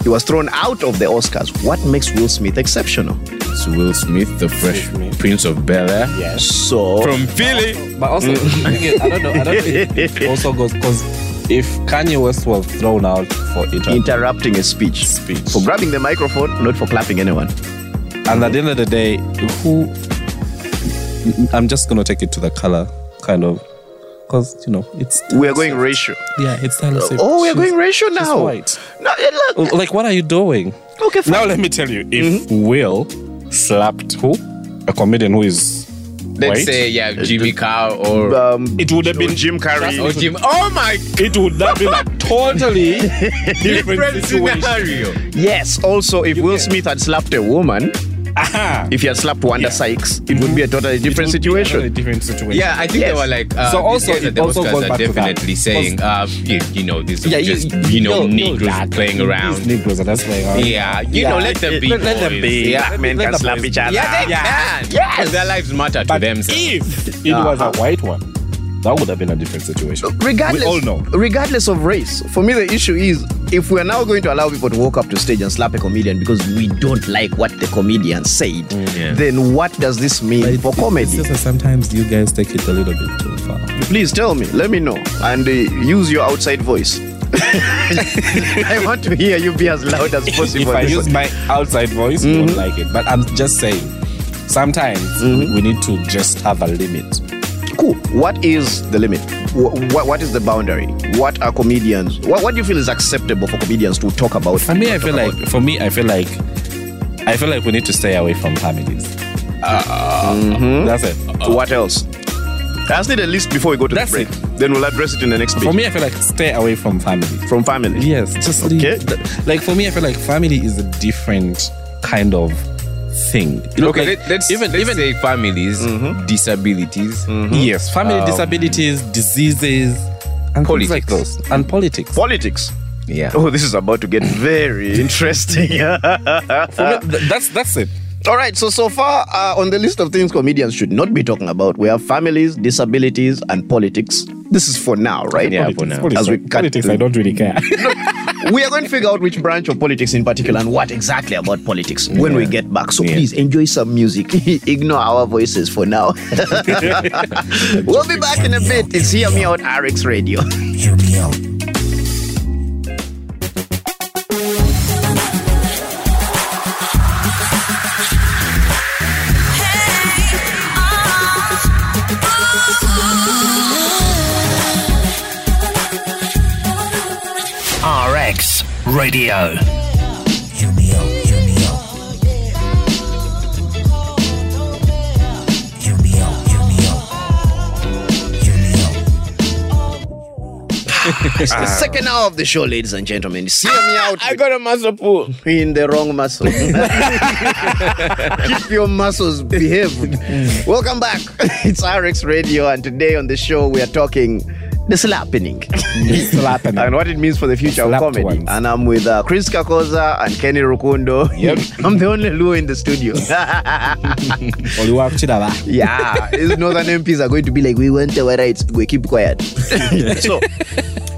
C: He was thrown out of the Oscars. What makes Will Smith exceptional?
E: It's Will Smith, the fresh
D: Smith.
E: Prince of Bel Air
C: So,
E: from Philly.
D: but also the thing is, I don't know. I don't think
E: <laughs>
D: it also goes because if Kanye West was thrown out for inter-
C: interrupting a speech.
D: Speech.
C: For grabbing the microphone, not for clapping anyone.
D: and at the end of the day, who? I'm just gonna take it to the color kind of because you know it's
C: We are going racial.
D: yeah it's Taylor Swift.
C: Oh, we are
D: She's-
C: going racial
D: she's
C: now.
D: white.
C: No, eh, look.
D: Like what are you doing?
C: Okay, fine.
D: Mm-hmm. Now let me tell you, if Will slapped who? a comedian who is
E: Let's
D: white,
E: say yeah, Jimmy Carr or
C: Um,
D: it would have been
H: Jim Carrey.
E: or Jim. Oh my
D: it would have been a totally <laughs> different
E: different
D: situation.
E: scenario.
C: yes. Also, if Will Smith had slapped a woman,
D: Aha.
C: if he had slapped Wanda Sykes, it would be a totally
D: <laughs>
C: different
D: It would be
C: situation.
D: another different situation.
E: Yeah, I think they were like. Uh,
D: So
E: these
D: also-
E: guys at
D: it
E: the
D: also
E: Oscars
D: goes
E: are
D: back to that.
E: definitely saying, uh, you, you know, this is
D: Yeah, you-
E: just you know
D: you'll- you'll
E: Negroes
D: laugh.
E: playing around.
D: These Negroes are that's like, uh,
E: Yeah, you know, let them be.
D: Let, let them
E: boys.
D: be.
E: Yeah,
D: Let- let the boys be.
E: yeah they can. Yes, their lives matter to
D: But
E: them. so-
D: if it was a white one, that would have been a different situation.
C: regardless,
D: we all know.
C: regardless of race, for me the issue is if we are now going to allow people to walk up to stage and slap a comedian because we don't like what the comedian said,
D: Mm,
C: then what does this mean for comedy?
H: sometimes you guys take it a little bit too far.
C: Please tell me, let me know, and uh, use your outside
D: <laughs>
C: voice. <laughs> I want to hear you be as loud as
D: if
C: possible.
D: I use my outside voice, you won't like it. But I'm just saying, sometimes we need to just have a limit.
C: cool. What is the limit? What, what is the boundary? What are comedians? What, what do you feel is acceptable for comedians to talk about?
D: For me, I feel like for me, I feel like I feel like we need to stay away from families. Uh, Mm-hmm. That's it.
C: what else? I just need a list before we go to
D: That's
C: the break. Then we'll address it in the next bit.
D: For me, I feel like stay away from families.
C: from family.
D: Yes, just leave.
C: Okay.
D: Th- Like for me, I feel like family is a different kind of thing. You know,
E: Okay,
D: like, Mm-hmm.
E: let, let's even let's say families, disabilities,
D: yes, family disabilities, diseases, and things like
E: Politics.
D: those, and politics.
C: Politics.
E: yeah.
C: Oh, this is about to
D: <laughs>
C: get very interesting.
D: For me, th- that's that's it.
C: <laughs> All right, so so far uh, on the list of things comedians should not be talking about, we have families, disabilities, and politics. This is for now, right?
E: Yeah, for now.
C: As we cut
D: politics,
C: through.
D: I don't really care.
C: We are going to figure out which branch of politics in particular and what exactly about politics when we get back. So please enjoy some music. <laughs> Ignore our voices for now. we'll be back in a bit. It's Hear Me Out RX Radio.
B: Hear me out.
A: RX Radio.
B: Hear me out. Hear me out. Hear me out. Hear me out. Hear me out.
C: It's the second hour of the show, ladies and gentlemen. See me out. I
E: Ah, got a muscle pull.
C: in the wrong
E: <laughs>
C: muscle. Keep your muscles behaved. Welcome back. It's RX Radio, and today on the show we are talking the slapping
D: Slapping.
C: and <laughs> what it means for the future of
D: Slapped
C: comedy.
D: ones.
C: And I'm with uh, Chris Kakoza and Kenny Rukundo. <laughs> I'm the only Luo in the studio.
D: Oliwa Chidaba.
C: <laughs> yeah, these northern MPs are going to be like, we want our rights, we keep <laughs> quiet. so,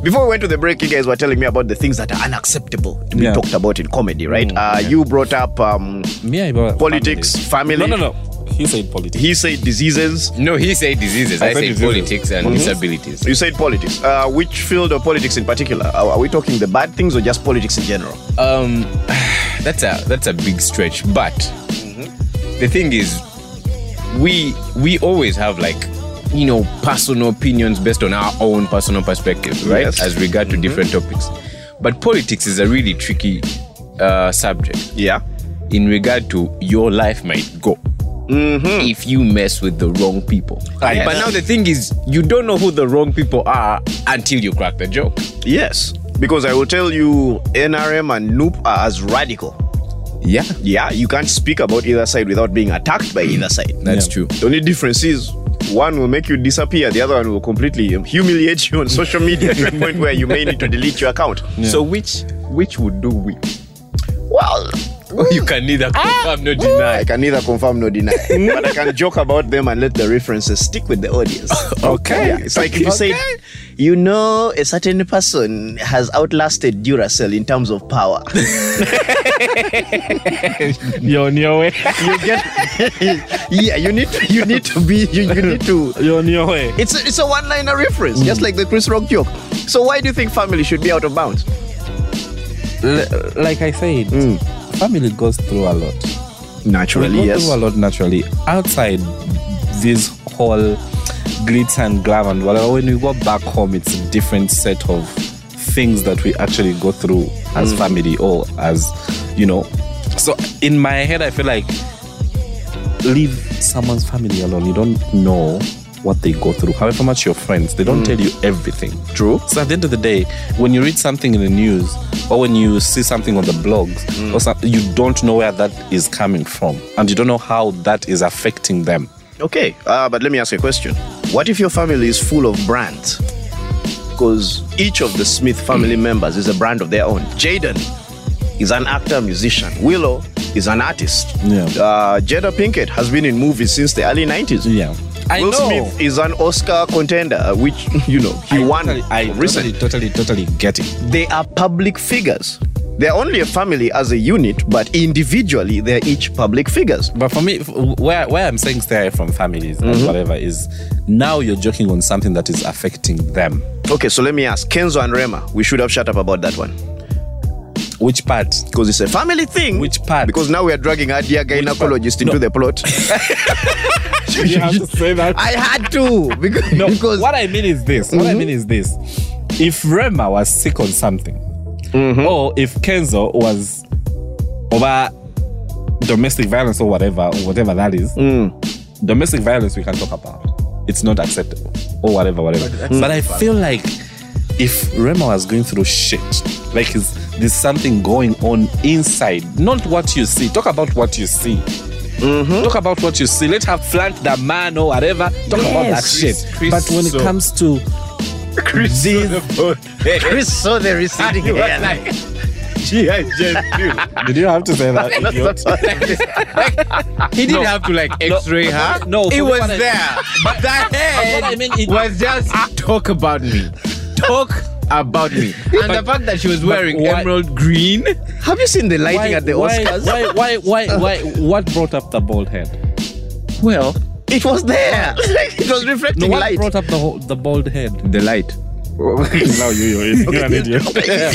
C: before we went to the break, you guys were telling me about the things that are unacceptable to be
D: Yeah. Mm.
C: talked about in comedy, right? uh, You brought up um,
D: Me, I brought
C: politics, family.
D: No, no, no. He said politics.
C: He said diseases.
E: No, he said diseases.
D: I
E: I,
D: said
E: said
D: diseases. Mm-hmm.
E: politics and disabilities.
C: You said politics. Uh, which field of politics in particular? Are, are we talking the bad things or just politics in general?
E: Um, <sighs> that's a that's a big stretch. But
D: Mm-hmm.
E: the thing is, we we always have like you know personal opinions based on our own personal perspective, right?
C: Yes.
E: As regard
D: Mm-hmm.
E: to different topics. But politics is a really tricky uh, subject.
C: Yeah.
E: in regard to your life might go if you mess with the wrong people.
C: Yes.
E: But now the thing is, you don't know who the wrong people are until you crack the joke.
C: Yes. Because I will tell you, NRM and Noop are as radical.
E: Yeah,
C: Yeah, you can't speak about either side without being attacked by either side.
E: that's
D: Yeah.
E: <laughs> true.
C: The only difference is one will make you disappear, the other one will completely um, humiliate you on social media to a point where you may need to delete your account.
E: So which which would do which?
C: Well,
E: Oh, you can neither confirm nor
C: I
E: deny.
C: can neither confirm nor deny, but I can joke about them and let the references stick with the audience.
D: Okay.
C: Yeah, it's like if you say, you know, a certain person has outlasted Duracell in terms of power.
D: You're on your way.
C: <laughs> You get, <laughs> yeah, you need to, you need to be, you, you need to.
D: You're on your way.
C: It's a, it's a one-liner reference, just like the Chris Rock joke. So why do you think family should be out of bounds?
D: like I said, family goes through a lot.
C: Naturally,
D: we go through a lot naturally outside this whole glitz and glam and whatever when we go back home it's a different set of things that we actually go through as family or as you know so in my head i feel like leave someone's family alone. You don't know what they go through. However much your friends, they don't tell you everything. True. So at the end of the day, when you read something in the news or when you see something on the blogs, or some, you don't know where that is coming from, and you don't know how that is affecting them.
C: Okay, uh, but let me ask you a question. What if your family is full of brands? Because each of the Smith
D: Mm.
C: family members is a brand of their own. Jaden is an actor, musician. Willow is an artist.
D: Yeah.
C: Uh, Jada Pinkett has been in movies since the early 90s.
D: Yeah. I
C: Will
D: know.
C: Smith is an Oscar contender, uh, which, <laughs> you know, he
D: I
C: won
D: totally, I
C: recently
D: recently totally, totally get it.
C: they are public figures. They're only a family as a unit, but individually, they're each public figures.
D: But for me, f- where, where I'm saying stay away from families and whatever is now you're joking on something that is affecting them.
C: Okay, so let me ask Kenzo and Rema, we should have shut up about that one.
D: Which part?
C: Because it's a family thing.
D: Which part?
C: Because now we are dragging our dear gynecologist into the plot.
D: <laughs> you have to say that.
C: I had to. Because,
D: <laughs> no,
C: because
D: what I mean is this. What I mean is this. If Rema was sick on something, or if Kenzo was over domestic violence or whatever, or whatever that is, domestic violence we can talk about. It's not acceptable or whatever, whatever. Mm. But I feel like if Rema was going through shit, like is there's something going on inside, not what you see. Talk about what you see. Talk about what you see. Let's have flant the man or whatever. Talk about that shit.
E: Chris-
D: but when
E: so-
D: it comes to
E: Chris
D: These-
C: Chris saw the
D: <laughs>
C: receding hair.
E: G.I. Jane too.
D: did you have to say <laughs> that? idiot?
E: He didn't have to like X-ray her.
D: no,
E: it
D: for
E: was
D: what I-
E: there. But <laughs> that head
D: what I mean is-
E: was just talk about me. Talk about me. And the fact that she was wearing
D: why-
E: emerald green.
C: Have you seen the lighting
D: why,
C: at the
D: why,
C: Oscars?
D: why, why, why,
C: <laughs>
D: why, what brought up the bald head?
E: Well,
C: It was <laughs> there. it was reflecting
D: No, what
C: light.
D: brought up the whole, the bald head?
E: the light.
D: <laughs> now you, you, you, you're an idiot.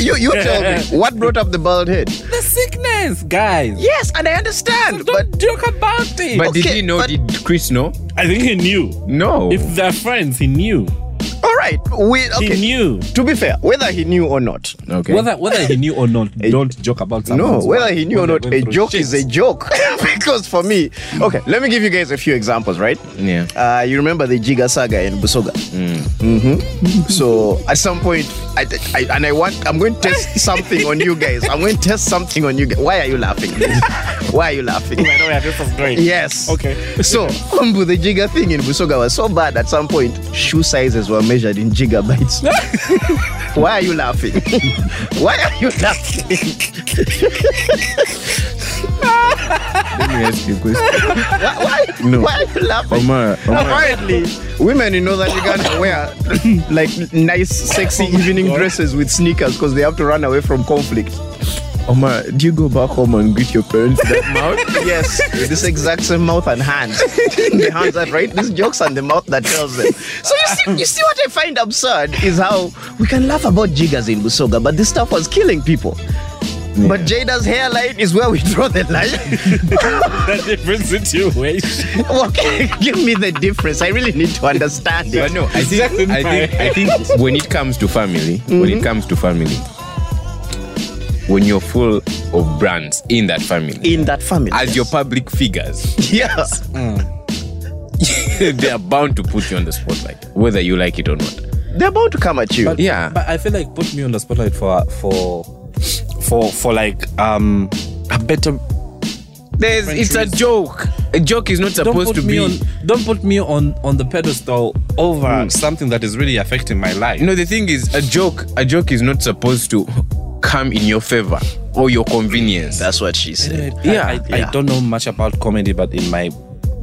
C: <laughs> you, you tell me, what brought up the bald head?
D: <laughs> the sickness, guys.
C: Yes, and I understand. But
D: Don't joke about it.
E: But did
C: Okay,
E: he know?
C: but-
E: Did Chris know?
D: I think he knew.
E: No.
D: If they're friends, he knew.
C: all right, we
D: He
C: Oh. okay.
D: knew.
C: to be fair, whether he knew or not,
E: okay.
D: Whether whether he knew or
C: <laughs>
D: not, don't joke about something.
C: No, whether he knew or not, a joke is a joke. <laughs> because for me, okay, let me give you guys a few examples, right?
E: Yeah.
C: Uh, you remember the Jiga saga in Busoga? hmm So at some point, I, I and I want, I'm going to test something on you guys. I'm going to test something on you guys. Why are you laughing? Why are you laughing? <laughs> Yes.
D: Okay.
C: So, Kumbu, the Jiga thing in Busoga was so bad at some point, shoe sizes were measured in
E: <laughs>
C: gigabytes. Why are you laughing? <laughs> Why are you
E: <laughs>
C: laughing?
E: Let me ask you a question.
C: Why?
E: No.
C: Why are you laughing?
E: Omar, Omar,
C: Apparently, women in northern
E: <laughs>
C: Uganda wear like nice, sexy
E: Oh
C: evening dresses with sneakers because they have to run away from conflict.
E: Omar, do you go back home and greet your parents
C: <laughs>
E: with that mouth?
C: Yes, with this exact same mouth and hands. the hands that right, these jokes and the mouth that tells them. So you see, you see what I find absurd is how we can laugh about jiggers in Busoga, but this stuff was killing people. But Jada's hairline is where we draw the line. <laughs>
D: that different situation.
C: okay, give me the difference. I really need to understand it.
E: But no, I think, I think I think when it comes to family, when it comes to family, when you're full of brands in that family,
C: in that family.
E: as your public figures,
C: <laughs>
E: <laughs>
C: yeah.
E: they are bound to put you on the spotlight, whether you like it or not.
C: They're about to come at you.
E: Yeah.
D: But I feel like put me on the spotlight for for for for like um a better
E: There's, it's a joke. A joke is not
D: don't
E: supposed
D: put
E: to
D: me
E: be.
D: on don't put me on on the pedestal over something that is really affecting my life.
E: No, the thing is, a joke. A joke is not supposed to come in your favor or your convenience.
C: That's what she said.
D: I-
E: Yeah,
D: I, I,
C: yeah.
D: don't know much about comedy, but in my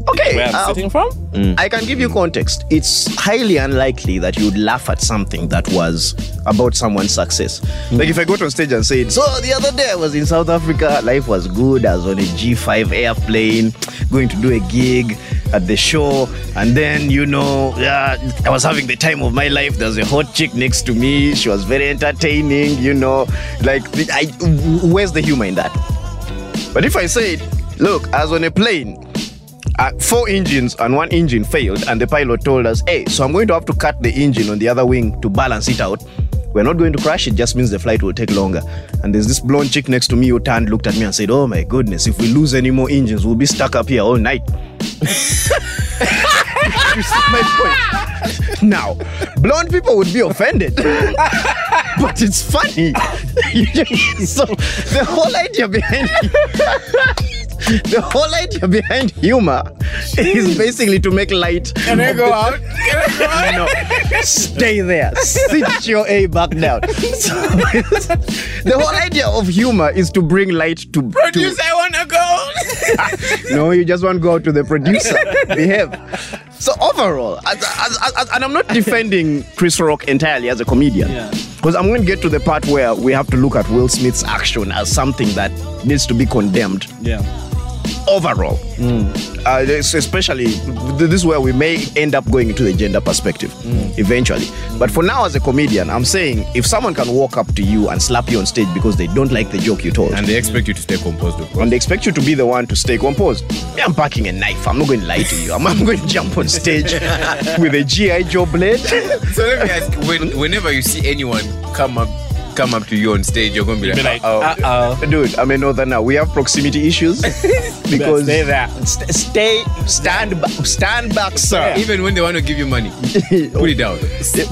C: Okay,
D: where I'm
C: um,
D: sitting from,
C: I can give you context. It's highly unlikely that you'd laugh at something that was about someone's success. Like if I got on stage and said, So the other day I was in South Africa, life was good, I was on a G5 airplane, going to do a gig at the show, and then, you know, yeah, I was having the time of my life. There was a hot chick next to me, she was very entertaining, you know. Like, the- I, where's the humor in that? But if I said, Look, I was on a plane, uh, four engines and one engine failed, and the pilot told us, "Hey, so I'm going to have to cut the engine on the other wing to balance it out. We're not going to crash; it just means the flight will take longer." And there's this blonde chick next to me who turned, looked at me, and said, "Oh my goodness, if we lose any more engines, we'll be stuck up here all night." <laughs> you see my point? Now, blonde people would be offended, <laughs> but it's funny. <laughs> so the whole idea behind <laughs> the whole idea behind humor is basically to make light. Can I go out? no, <laughs> no. Stay there. Sit your A back down. <laughs> So it's- the whole idea of humor is to bring light to. Producer, I wanna go. no, you just want to go out to the producer. Behave. So overall, as, as, as, as- and I'm not defending Chris Rock entirely as a comedian. Because I'm going to get to the part where we have to look at Will Smith's action as something that needs to be condemned
D: Yeah.
C: overall. Uh, this- especially, th- this is where we may end up going into the gender perspective eventually. But for now, as a comedian, I'm saying if someone can walk up to you and slap you on stage because they don't like the joke you told,
E: And they expect you to stay composed, of course.
C: and they expect you to be the one to stay composed. Me, I'm packing a knife. I'm not going to lie to you. I'm, I'm going to jump on <laughs> stage with a GI Joe blade. <laughs>
E: So let me ask, when, whenever you see anyone come up come up to you on stage, you're gonna be like,
D: Be
C: <laughs>
D: like,
E: "Uh-oh."
D: uh-oh.
C: Oh. Dude, I'm a northerner. We have proximity <laughs> issues because
D: stay there.
C: St- stay, stand, ba- stand back, sir.
E: even when they want to give you <laughs> money, put it down.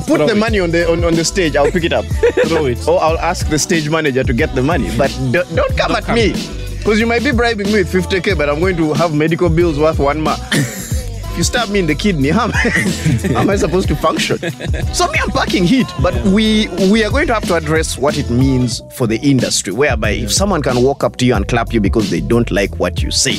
C: Put the money on the on, on the stage. I'll pick it <laughs> up.
D: Throw it.
C: or I'll ask the stage manager to get the money. But don't, don't come at me. Because you might be bribing me with 50k, but I'm going to have medical bills worth one mark. if you stab me in the kidney, how am, <laughs> how am I supposed to function? So me, I'm packing heat. But we we are going to have to address what it means for the industry, whereby if someone can walk up to you and clap you because they don't like what you say.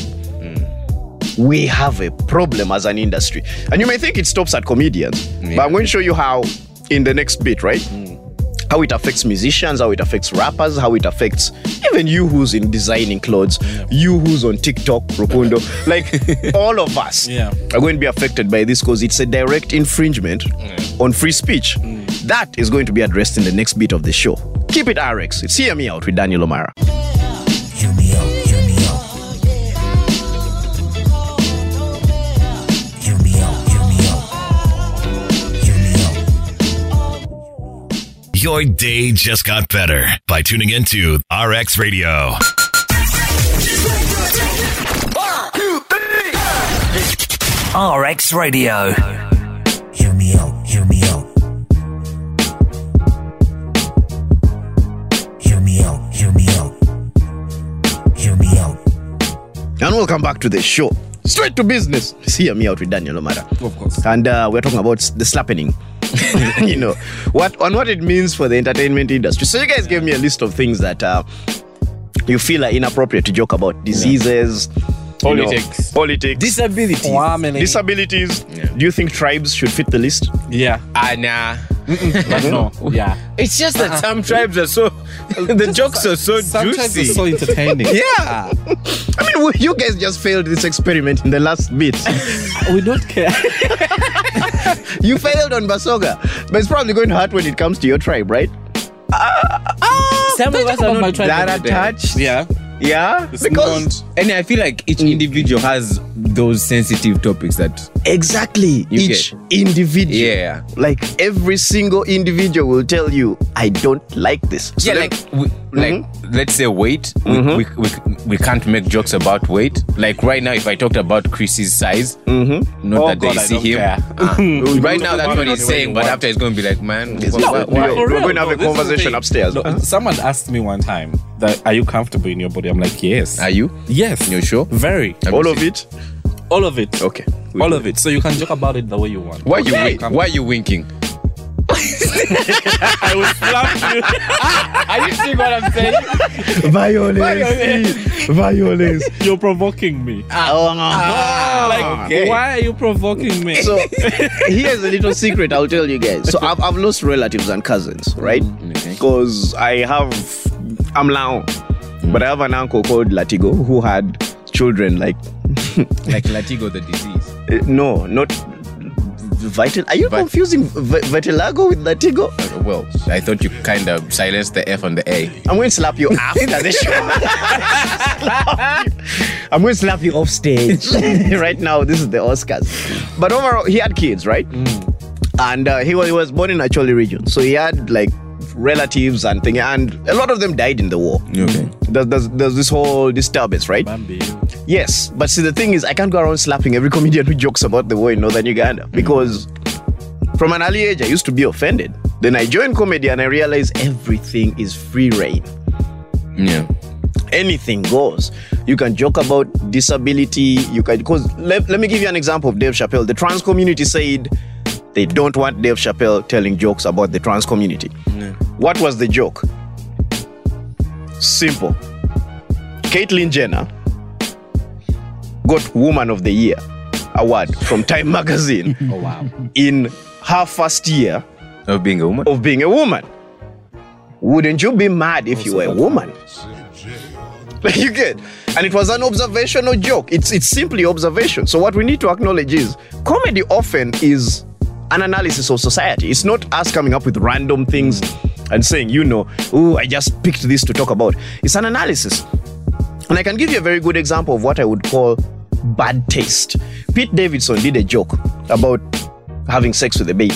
C: We have a problem as an industry. And you may think it stops at comedians, but I'm going to show you how in the next bit, right? how it affects musicians, how it affects rappers, how it affects even you who's in designing clothes, you who's on TikTok, Rukundo, like all of us
D: Yeah.
C: are going to be affected by this because it's a direct infringement on free speech. That is going to be addressed in the next bit of the show. Keep it RX. It's Hear Me Out with Daniel O'Mara.
B: Hear me out, hear me out. Hear me out, hear me out. Hear me out.
F: Your day just got better by tuning into RX Radio.
A: RX Radio.
B: Hear me out, hear me out. Hear me out, hear me out. Hear me out.
C: And welcome back to the show. Straight to business. It's Hear me out with Daniel O'Mara.
E: Of course.
C: and uh, we're talking about the
E: <laughs>
C: slappening <laughs> you know what on what it means for the entertainment industry so you guys gave me a list of things that uh, you feel are inappropriate to joke about diseases you know,
D: Politics.
C: politics
D: Disability.
C: disabilities do you think tribes should fit the list
D: Yeah.
E: Ah, nah.
D: But no. Yeah.
E: It's just that some tribes are so. <laughs> the jokes Uh-huh. are so
D: Sometimes
E: juicy.
D: it's so <laughs> entertaining.
E: yeah.
C: i mean well, you guys just failed this experiment in the last
E: <laughs>
C: bit
D: We don't care.
C: you failed on basoga but it's probably going to hurt when it comes to your tribe right
D: Some of us are not
E: That
D: trying
E: attached.
D: Yeah.
C: yeah because
E: And I feel like
D: Mm.
E: each individual has those sensitive topics that.
C: exactly
E: You
C: each individual
E: Yeah.
C: like every single individual will tell you i don't like this So
E: yeah,
C: then-
E: like we, like let's say weight. We, we, we, we can't make jokes about weight. Like right now, if I talked about Chris's size, mm-hmm. not
D: Oh,
E: that
D: God,
E: they
D: I
E: see
D: don't
E: him.
D: care.
E: Ah. right now, that's
D: want
E: what
D: it the
E: he's
D: way
E: saying.
D: you
E: But
D: want.
E: after, he's going to be like, man,
C: Yes,
E: why-
C: no,
E: why-
C: we-
E: why-
C: we-
D: for
C: we're
D: real,
C: going to have
D: no,
C: a
D: this is the
C: conversation
D: thing.
C: upstairs
D: No, someone asked me one time that are you comfortable in your body? I'm like, yes.
E: are you?
D: yes.
E: You sure?
D: Very.
E: Have you
C: all of
E: seen-
C: it
D: All of it.
C: okay We-
D: All of it. So you can joke about it the way you want.
E: Why you
D: Okay.
E: wink? Why you winking?
D: I will slap you. are you seeing what I'm saying?
C: violence
D: Violence.
C: violence
D: You're provoking me.
C: Ah.
E: Oh,
D: like, why are you provoking me?
C: so <laughs> here's a little secret i'll tell you guys so i've, I've lost relatives and cousins right because i have i'm now
E: Mm.
C: but i have an uncle called latigo who had children like
E: Like Latigo, the disease.
C: Uh, no, not Vital. Are you
E: Vit-
C: confusing v- Vitiligo with Latigo?
E: Uh, Well, I thought you kind of silenced the F and the A.
C: I'm going to slap you after the show. <laughs> Slap you. I'm going to slap you off stage. <laughs> right now, this is the Oscars. But overall, he had kids, right? And uh, he, was, he was born in Acholi region. So he had like relatives and thing. And a lot of them died in the war.
E: Okay.
C: There's, there's, there's this whole disturbance, right?
D: Bambi.
C: Yes, but see, the thing is, I can't go around slapping every comedian who jokes about the war in northern Uganda because from an early age, I used to be offended. Then I joined comedy and I realized everything is free reign.
E: Yeah.
C: Anything goes. You can joke about disability. You can, because let, let me give you an example of Dave Chappelle. The trans community said they don't want Dave Chappelle telling jokes about the trans community. What was the joke? Simple. Caitlyn Jenner got Woman of the Year award from Time <laughs> Magazine. oh wow! In her first year
E: Of Oh, being a woman.
C: of being a woman. Wouldn't you be mad if you were a woman? <laughs> you get, and it was an observational joke. It's it's simply observation. So what we need to acknowledge is comedy often is an analysis of society. It's not us coming up with random things and saying, you know, oh, I just picked this to talk about. It's an analysis. And I can give you a very good example of what I would call bad taste. Pete Davidson did a joke about having sex with a baby.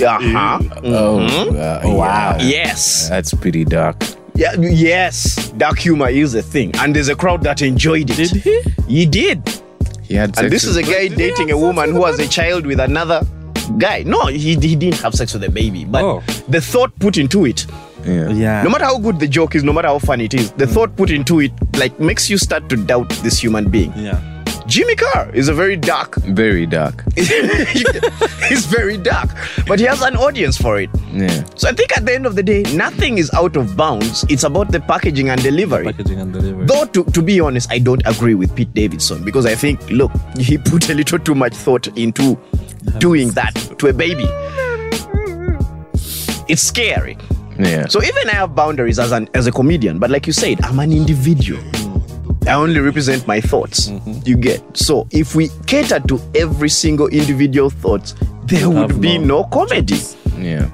C: Uh-huh.
E: Oh. Mm-hmm. wow.
C: Yes.
E: That's pretty dark.
C: Yeah, yes, dark humor is a thing, and there's a crowd that enjoyed it. Did he? He did.
E: He had
C: And
E: sex
C: this is a
E: with-
C: guy dating a woman who has a child with another guy. No, he, he didn't have sex with a baby, but
D: Oh.
C: the thought put into it,
E: Yeah.
H: Yeah.
C: no matter how good the joke is, no matter how fun it is, the thought put into it like makes you start to doubt this human being.
D: Yeah.
C: Jimmy Carr is a very dark. <laughs>
E: Very dark.
C: he's very dark, but he has an audience for it.
E: Yeah.
C: So I think at the end of the day, nothing is out of bounds. It's about the packaging and delivery.
D: Packaging and delivery.
C: Though, to, to be honest, I don't agree with Pete Davidson because I think, look, he <laughs> put a little too much thought into doing that to a baby. It's scary.
E: Yeah.
C: So even I have boundaries as an as a comedian, but like you said, I'm an individual. I only represent my thoughts. You get so if we cater to every single individual thoughts, there would be no comedy.
E: yeah.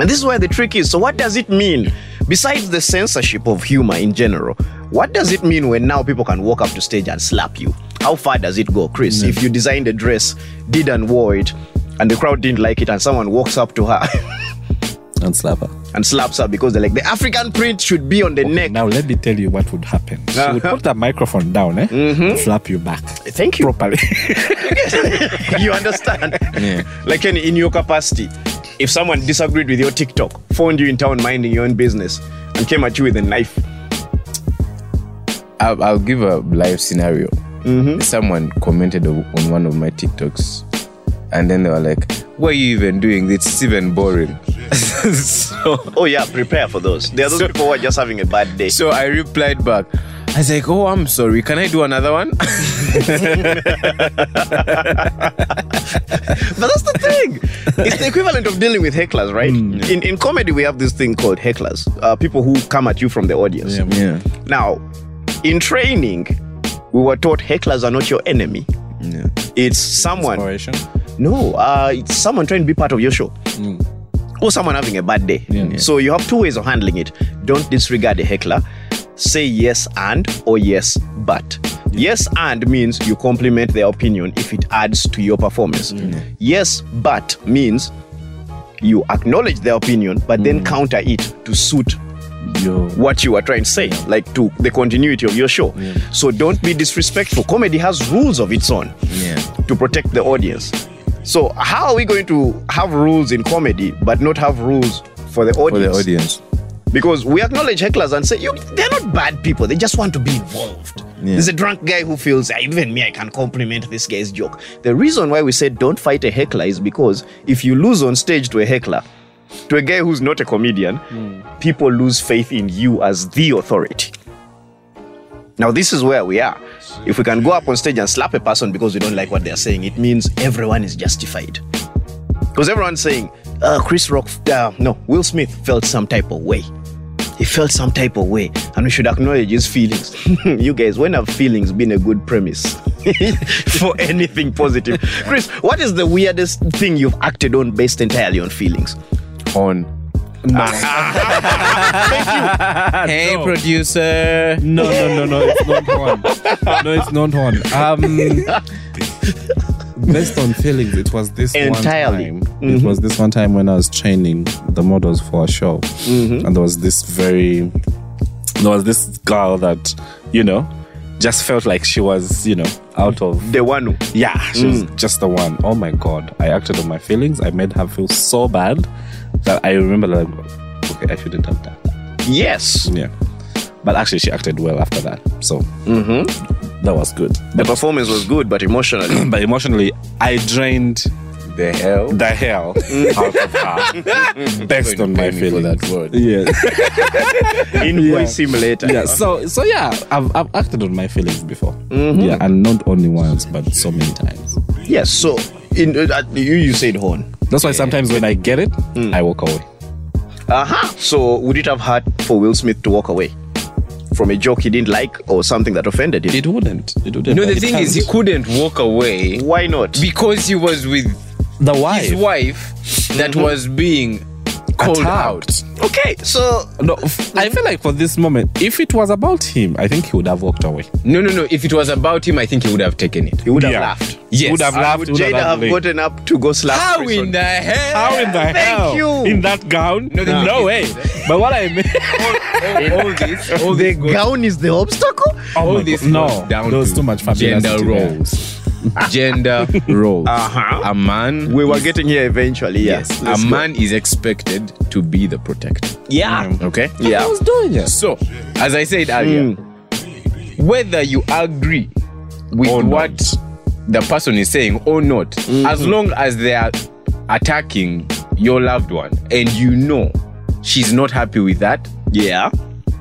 C: And this is where the trick is. So, what does it mean? Besides the censorship of humor in general, what does it mean when now people can walk up to stage and slap you? How far does it go, Chris? If you designed a dress, did and wore it, and the crowd didn't like it, and someone walks up to her <laughs>
D: And slapper.
C: and slaps her because they're like, the African print should be on the neck.
D: Now let me tell you what would happen. She would put that microphone down, eh? Slap you back
C: Thank you.
D: properly.
C: <laughs> you understand? Like in, in your capacity, if someone disagreed with your TikTok, phoned you in town minding your own business, and came at you with a knife,
E: I'll, I'll give a live scenario.
C: Mm-hmm.
E: Someone commented o- on one of my TikToks, and then they were like, "What are you even doing? It's even boring." <laughs> so,
C: oh yeah, prepare for those. There are those people who are just having a bad day.
E: so I replied back. I was like, "Oh, I'm sorry. Can I do another one?"
C: But that's the thing. It's the equivalent of dealing with hecklers, right? In in comedy, we have this thing called hecklers, uh, people who come at you from the audience.
E: yeah.
C: Now, in training, we were taught hecklers are not your enemy. It's
D: <laughs>
C: someone.
D: Operation.
C: No, uh, it's someone trying to be part of your show. Or someone having a bad day. So you have two ways of handling it. Don't disregard the heckler. Say yes and or yes but. Yes and means you compliment their opinion if it adds to your performance. Yes but means you acknowledge their opinion but then counter it to suit
D: Yo.
C: what you are trying to say, like to the continuity of your show. So don't be disrespectful. Comedy has rules of its own to protect the audience. So how are we going to have rules in comedy but not have rules for the audience?
E: For the audience.
C: Because we acknowledge hecklers and say, you, they're not bad people. They just want to be involved. There's a drunk guy who feels, "Ah, even me, I can compliment this guy's joke. The reason why we said don't fight a heckler is because if you lose on stage to a heckler, to a guy who's not a comedian, people lose faith in you as the authority. Now, this is where we are. If we can go up on stage and slap a person because we don't like what they're saying, it means everyone is justified. Because everyone's saying, uh, Chris Rock, uh, no, Will Smith felt some type of way. He felt some type of way, and we should acknowledge his feelings. <laughs> you guys, when have feelings been a good premise <laughs> for anything positive? Chris, what is the weirdest thing you've acted on based entirely on feelings?
E: On. Hey, producer.
H: No, no, no, no. It's not one. No, it's not one. Um, based on feelings, it was this
C: Entirely.
H: one time. It was this one time when I was training the models for a show, and there was this very, there was this girl that you know,
D: just felt like she was, you know, out of
C: The one who-
D: yeah, she was just the one. Oh my god, I acted on my feelings. I made her feel so bad that I remember like, okay, I shouldn't have done. That.
C: Yes.
D: Yeah, but actually, she acted well after that. So
E: Mm-hmm.
D: that was good.
C: The performance was good, but <laughs> emotionally.
D: But emotionally, I drained
E: The hell?
D: the
E: <laughs>
D: hell out of her based on my
E: Pay Mm. me for
D: feelings.
E: that word.
D: Yeah,
C: Invoice him later.
E: <laughs>
D: yeah. So, so yeah, I've, I've acted on my feelings before.
E: Mm-hmm.
D: Yeah, and not only once, but so many times.
C: Yes. So in uh, you you said horn.
D: That's why sometimes when I get it,
E: Mm.
D: I walk away.
C: Aha. Uh-huh. So would it have hurt for Will Smith to walk away from a joke he didn't like or something that offended him?
D: It wouldn't. It wouldn't.
E: No,
D: but
E: the
D: it
E: thing is, he
D: can't.
E: couldn't walk away
C: Why not?
E: because he was with
D: the wife.
E: his wife that
D: Mm-hmm.
E: was being called out.
C: okay. So
D: No, f- I feel like for this moment, if it was about him, I think he would have walked away.
E: No, no, no. If it was about him, I think he would have taken it.
C: he would have
D: Yeah.
C: laughed.
E: Yes.
D: would have laughed.
C: Would
D: would
C: Jada have
D: laughed.
C: gotten up to go slap?
E: How
C: Chris
E: in
C: on-
E: the hell?
D: How in the hell?
C: you.
D: In that gown? No,
E: the thing is-
D: way. but what I mean,
E: all, all this, all
C: the
D: <laughs>
E: this, goes-
C: gown is the obstacle.
E: all
D: my
E: this
D: God. No,
E: goes down
D: there was
E: to
D: too much
E: gender
D: fabulosity there. <laughs>
E: roles. gender roles.
C: Uh-huh.
E: A man.
C: We were getting here eventually. Yeah.
E: Yes,
C: Let's
E: a
C: go.
E: man Mm. is expected to be the protector.
C: Yeah.
E: Okay.
C: Yeah.
D: doing it.
E: So, as I said earlier, whether you agree with
D: Or not.
E: what the person is saying or not, as long as they are attacking your loved one and you know she's not happy with that,
C: Yeah.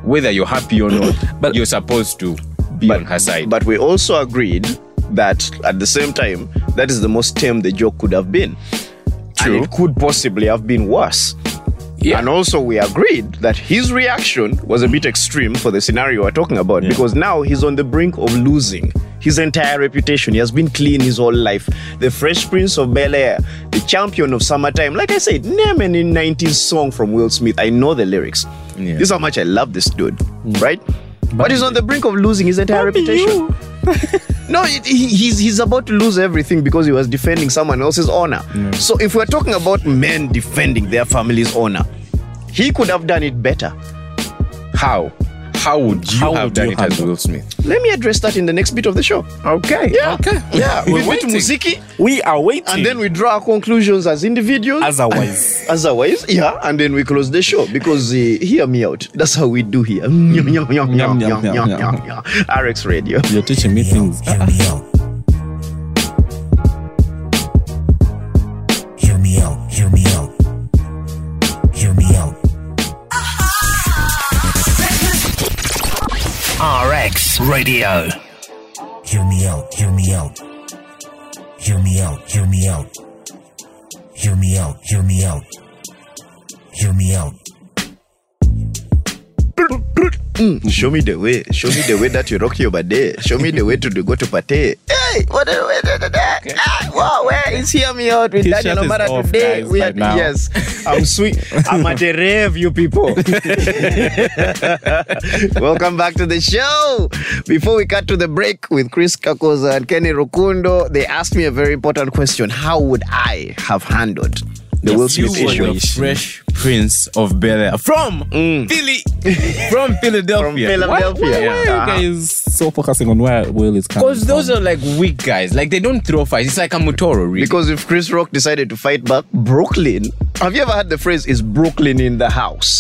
E: whether you're happy or not, but you're supposed to be on her side.
C: But we also agreed that at the same time, that is the most tame the joke could have been.
E: True.
C: And it could possibly have been worse.
E: Yeah.
C: And also, we agreed that his reaction was a bit extreme for the scenario we're talking about because now he's on the brink of losing his entire reputation. He has been clean his whole life. The Fresh Prince of Bel Air, the champion of summertime. Like I said, name any 90s song from Will Smith. I know the lyrics.
E: Yeah. Mm.
C: This is how much I love this dude, right? But he's on the brink of losing his entire reputation.
E: <laughs>
C: No, it, he, he's he's about to lose everything because he was defending someone else's honor. So if we're talking about men defending their family's honor, he could have done it better.
E: how? How would you
D: How
E: have
D: would
E: done
D: you
E: it
D: have
E: as
D: done-
E: Will Smith?
C: Let me address that in the next bit of the show.
E: Okay.
C: Yeah. Okay. Yeah. We
D: We're
C: went to
D: waiting.
C: Muziki
D: We are waiting.
C: and then we draw our conclusions as individuals.
D: otherwise.
C: <laughs> Otherwise, yeah, and then we close the show because uh, hear me out. That's how we do here. Nyam, nyam, nyam, nyam,
D: Nyam, nyam,
C: nyam,
D: nyam,
C: nyam, nyam. RX Radio.
D: You're teaching me things.
B: Hear me out. Hear me out. Hear me out. Hear me out.
A: RX Radio.
B: Hear me out. Hear me out. Hear me out. Hear me out. Hear me out. Hear me out. Hear me out.
C: Mm, Show me the way. Show me the way that you rock your body. Show me the way to the, go to party. Hey, what the way to the ah, Wow, where is hear me out with
D: T-shirt
C: Daniel
D: is
C: Omara
D: off,
C: today?
D: guys,
C: we
D: right
C: are
D: now.
C: yes. I'm sweet. I'm at a rave, you people. <laughs> Welcome back to the show. Before we cut to the break with Chris Kakoza and Kenny Rukundo, they asked me a very important question: How would I have handled the Will
E: You
C: Smith
E: were
C: issue?
E: the Fresh Prince of Bel Air from
C: Mm.
E: Philly, <laughs> from
C: From
E: Philadelphia.
C: Philadelphia.
D: Why are you
C: Uh-huh.
D: guys so focusing on where Will is coming
E: Because those are like weak guys. Like they don't throw fights. It's like a Mutoro, really.
C: Because if Chris Rock decided to fight back, Brooklyn. Have you ever heard the phrase "Is Brooklyn in the house"?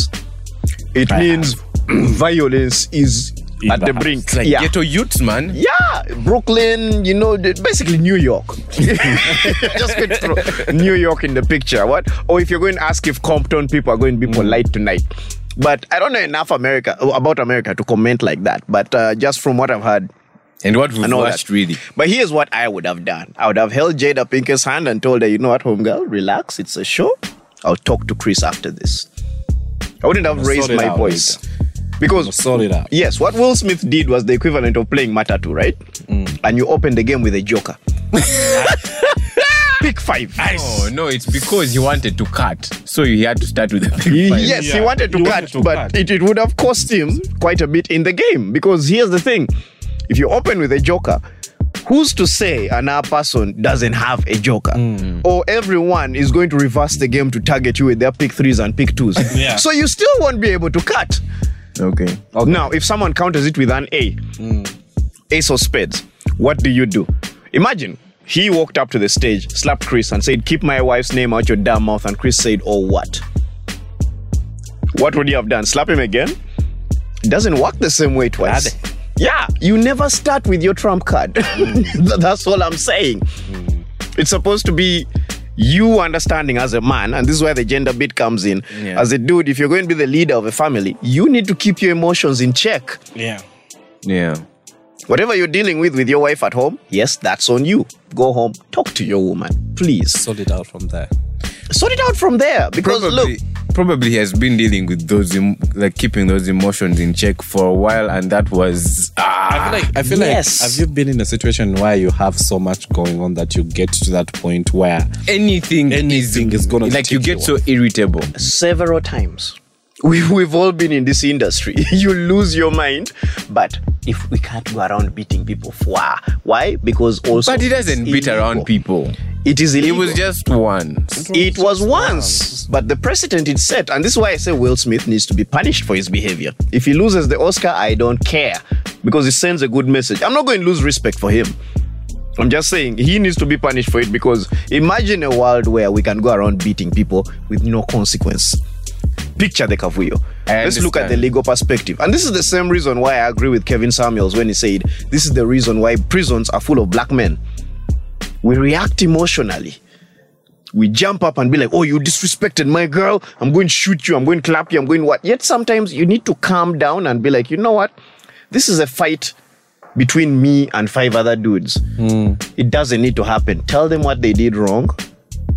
C: It means <clears throat> violence is
D: In
C: at
D: the
C: the,
D: house.
C: brink.
E: it's like
C: yeah.
E: ghetto youths, man.
C: yeah, Brooklyn, you know, the- basically New York. <laughs> Just get through New York in the picture. What? Or if you're going to ask if Compton people are going to be
D: Mm.
C: polite tonight. But I don't know enough America about America to comment like that. But uh, just from what I've heard,
E: And what we've
C: and all
E: watched,
C: that.
E: really.
C: But here's what I would have done. I would have held Jada Pinkett's hand and told her, you know what, homegirl, relax. It's a show. I'll talk to Chris after this. I wouldn't have raised
D: sort it
C: my
D: out
C: voice. Because
D: Sort it out.
C: yes, what Will Smith did was the equivalent of playing Matatu, right?
D: Mm.
C: And you open the game with a joker. <laughs> Pick five.
E: Oh no, it's because he wanted to cut. So he had to start with the big fight.
C: Yes, he
D: Yeah.
C: wanted to
D: He
C: cut,
D: wanted to
C: but
D: cut.
C: It, it would have cost him quite a bit in the game. Because here's the thing if you open with a joker, who's to say another person doesn't have a joker? Or everyone is going to reverse the game to target you with their pick threes and pick twos.
D: <laughs> Yeah.
C: So you still won't be able to cut.
E: Okay.
C: Now, if someone counters it with an A, ace of spades, what do you do? Imagine he walked up to the stage, slapped Chris, and said, Keep my wife's name out your damn mouth. And Chris said, Oh, what? What would you have done? Slap him again? It doesn't work the same way twice. Yeah, you never start with your trump card. <laughs> Th- That's all I'm saying. It's supposed to be you understanding as a man, and this is where the gender bit comes in.
E: Yeah.
C: As a dude, if you're going to be the leader of a family, you need to keep your emotions in check.
E: Yeah.
C: Whatever you're dealing with with your wife at home, yes, that's on you. Go home, talk to your woman, please.
H: Sort it out from there.
C: Sort it out from there because
E: Probably,
C: look,
E: probably he has been dealing with those, em- like keeping those emotions in check for a while, and that was uh,
H: I feel like I feel
C: yes.
H: like have you been in a situation where you have so much going on that you get to that point where
E: anything.
H: anything is gonna
E: Like you
H: take
E: get
H: you
E: so irritable.
C: several times. <laughs> We've, we've all been in this industry. <laughs> You lose your mind. But if we can't go around beating people, why? Why? Because also.
E: But he doesn't
C: it's
E: beat around
C: illegal.
E: people.
C: It is
E: It
C: illegal.
E: was just once.
C: It was once, but the precedent is set, and this is why I say Will Smith needs to be punished for his behavior. If he loses the Oscar, I don't care because it sends a good message. I'm not going to lose respect for him. I'm just saying he needs to be punished for it because imagine a world where we can go around beating people with no consequence. Picture the Kavuyo.
E: I
C: Let's look at the
E: understand.
C: legal perspective. And this is the same reason why I agree with Kevin Samuels when he said this is the reason why prisons are full of black men. We react emotionally we jump up and be like, oh, you disrespected my girl. I'm going to shoot you. I'm going to clap you. I'm going what? Yet sometimes you need to calm down and be like, you know what? This is a fight between me and five other dudes. It doesn't need to happen. Tell them what they did wrong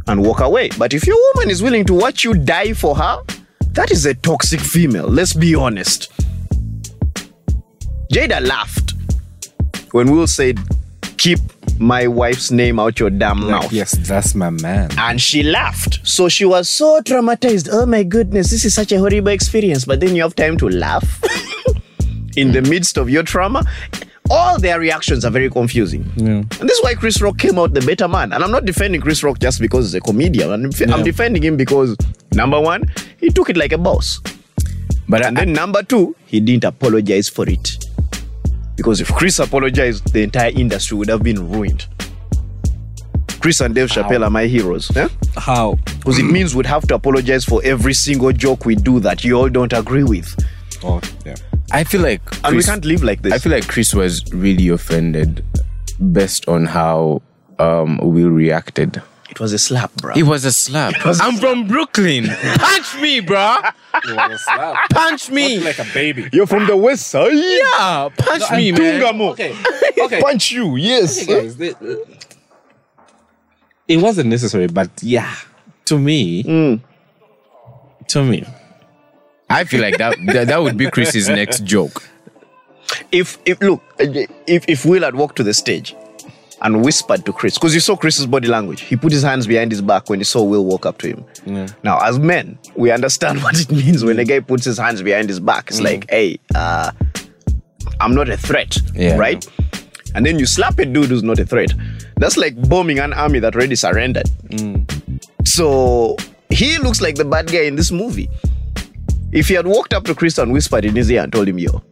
C: and walk away. But if your woman is willing to watch you die for her, that is a toxic female. Let's be honest. Jada laughed when Will said, keep my wife's name out your damn mouth
H: Yes, that's my man.
C: and she laughed. So she was so traumatized. Oh my goodness, this is such a horrible experience. But then you have time to laugh <laughs> in the midst of your trauma. All their reactions are very confusing. And this is why Chris Rock came out the better man. And I'm not defending Chris Rock just because he's a comedian. I'm, I'm defending him because, number one, he took it like a boss.
E: But
C: And
E: I,
C: then number two, he didn't apologize for it. Because if Chris apologized, the entire industry would have been ruined. Chris and Dave Chappelle are my heroes. eh?
H: How?
C: because it means we'd have to apologize for every single joke we do that you all don't agree with.
H: Oh, yeah.
E: I feel like
C: And we
E: Chris-
C: can't live like this.
E: I feel like Chris was really offended based on how um Will reacted.
C: it was a slap, bro.
E: It was a slap. I'm from Brooklyn. Punch me, bruh. Punch me.
H: Like a baby.
C: You're from the west side? Yeah.
E: Yeah, punch me, man.
H: Okay.
C: <laughs>
H: Okay.
C: Punch you, yes.
H: guys, the-
D: uh,
H: it wasn't necessary, but yeah, to me,
C: Mm.
H: to me,
E: I feel like that, that that would be Chris's next joke.
C: If if look, if if Will had walked to the stage and whispered to Chris, because you saw Chris's body language, he put his hands behind his back when he saw Will walk up to him. Now, as men, we understand <laughs> what it means when a guy puts his hands behind his back. It's like, hey, uh, I'm not a threat,
E: Yeah.
C: right? And then you slap a dude who's not a threat. That's like bombing an army that already surrendered. So he looks like the bad guy in this movie. If he had walked up to Chris and whispered in his ear and told him, yo,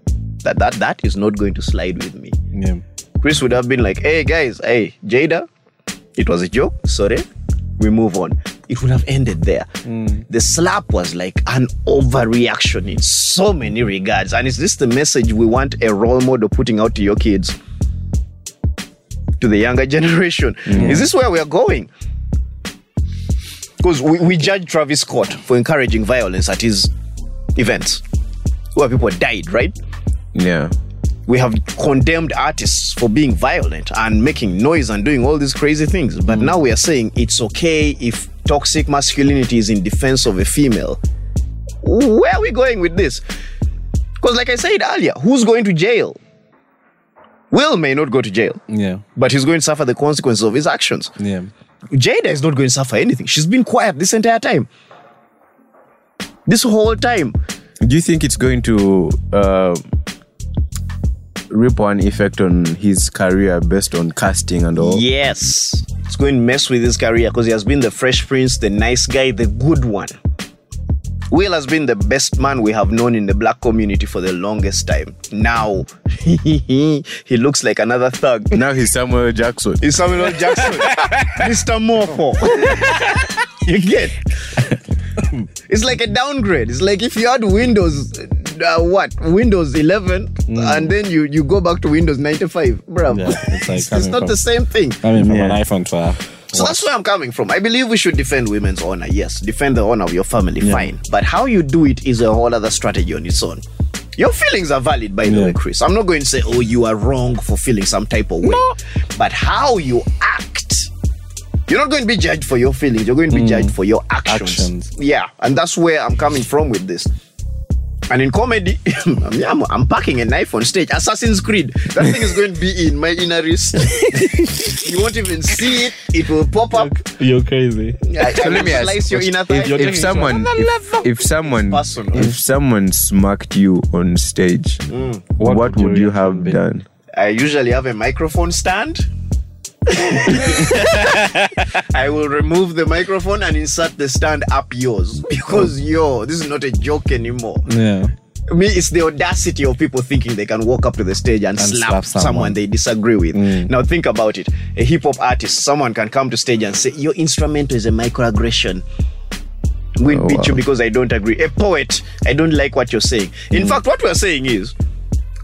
C: that that, that is not going to slide with me,
H: yeah.
C: Chris would have been like, hey guys, hey, Jada, it was a joke, sorry, we move on. It would have ended there. The slap was like an overreaction in so many regards. And is this the message we want a role model putting out to your kids? To the younger <laughs> generation? Is this where we are going? Because we, we judge Travis Scott for encouraging violence at his events where people died, right?
E: Yeah.
C: we have condemned artists for being violent and making noise and doing all these crazy things. But now we are saying it's okay if toxic masculinity is in defense of a female. Where are we going with this? Because, like I said earlier, who's going to jail? Will may not go to jail,
H: Yeah.
C: but he's going to suffer the consequences of his actions.
H: Yeah.
C: Jada is not going to suffer anything. She's been quiet this entire time. This whole time.
E: Do you think it's going to uh, rip on effect on his career based on casting and all?
C: Yes. It's going to mess with his career because he has been the Fresh Prince, the nice guy, the good one. Will has been the best man we have known in the black community for the longest time. Now, <laughs> he looks like another thug.
E: Now he's Samuel Jackson.
C: It's Samuel L. <laughs> Jackson, Mr. Moko. <laughs> you get? It's like a downgrade. It's like if you had Windows, uh, what Windows 11, and then you you go back to Windows 95, bro.
D: Mm. Yeah, it's
C: <laughs>
D: like
C: it's,
D: coming
C: not
D: from-
C: the same thing.
D: Coming from an iPhone 12.
C: So that's where I'm coming from. I believe we should defend women's honor. Yes, defend the honor of your family, fine. But how you do it is a whole other strategy on its own. Your feelings are valid, by the
D: Yeah.
C: way, Chris. I'm not going to say, oh, you are wrong for feeling some type of way. But how you act, you're not going to be judged for your feelings. You're going to be judged for your actions.
D: Mm. Actions.
C: Yeah, and that's where I'm coming from with this. And in comedy, <laughs> I mean, I'm, I'm packing a knife on stage. Assassin's Creed. That thing is going to be in my inner
D: <laughs>
C: wrist. you won't even see it. It will pop up.
D: You're crazy.
C: I, I will slice your inner thigh.
E: if, if someone, if, if someone,
C: personal.
E: if someone smacked you on stage, what,
D: Mm. What
E: would
D: would
E: you
D: your
E: have
D: reaction be?
E: done?
C: I usually have a microphone <laughs> stand. I will remove the microphone and insert the stand up yours because yo, this is not a joke anymore.
D: Yeah.
C: me it's the audacity of people thinking they can walk up to the stage and, slap,
D: slap
C: someone.
D: someone.
C: they disagree with now think about it a hip-hop artist someone can come to stage and say your instrumental is a microaggression we beat you because i don't agree a poet i don't like what you're saying in fact what we're saying is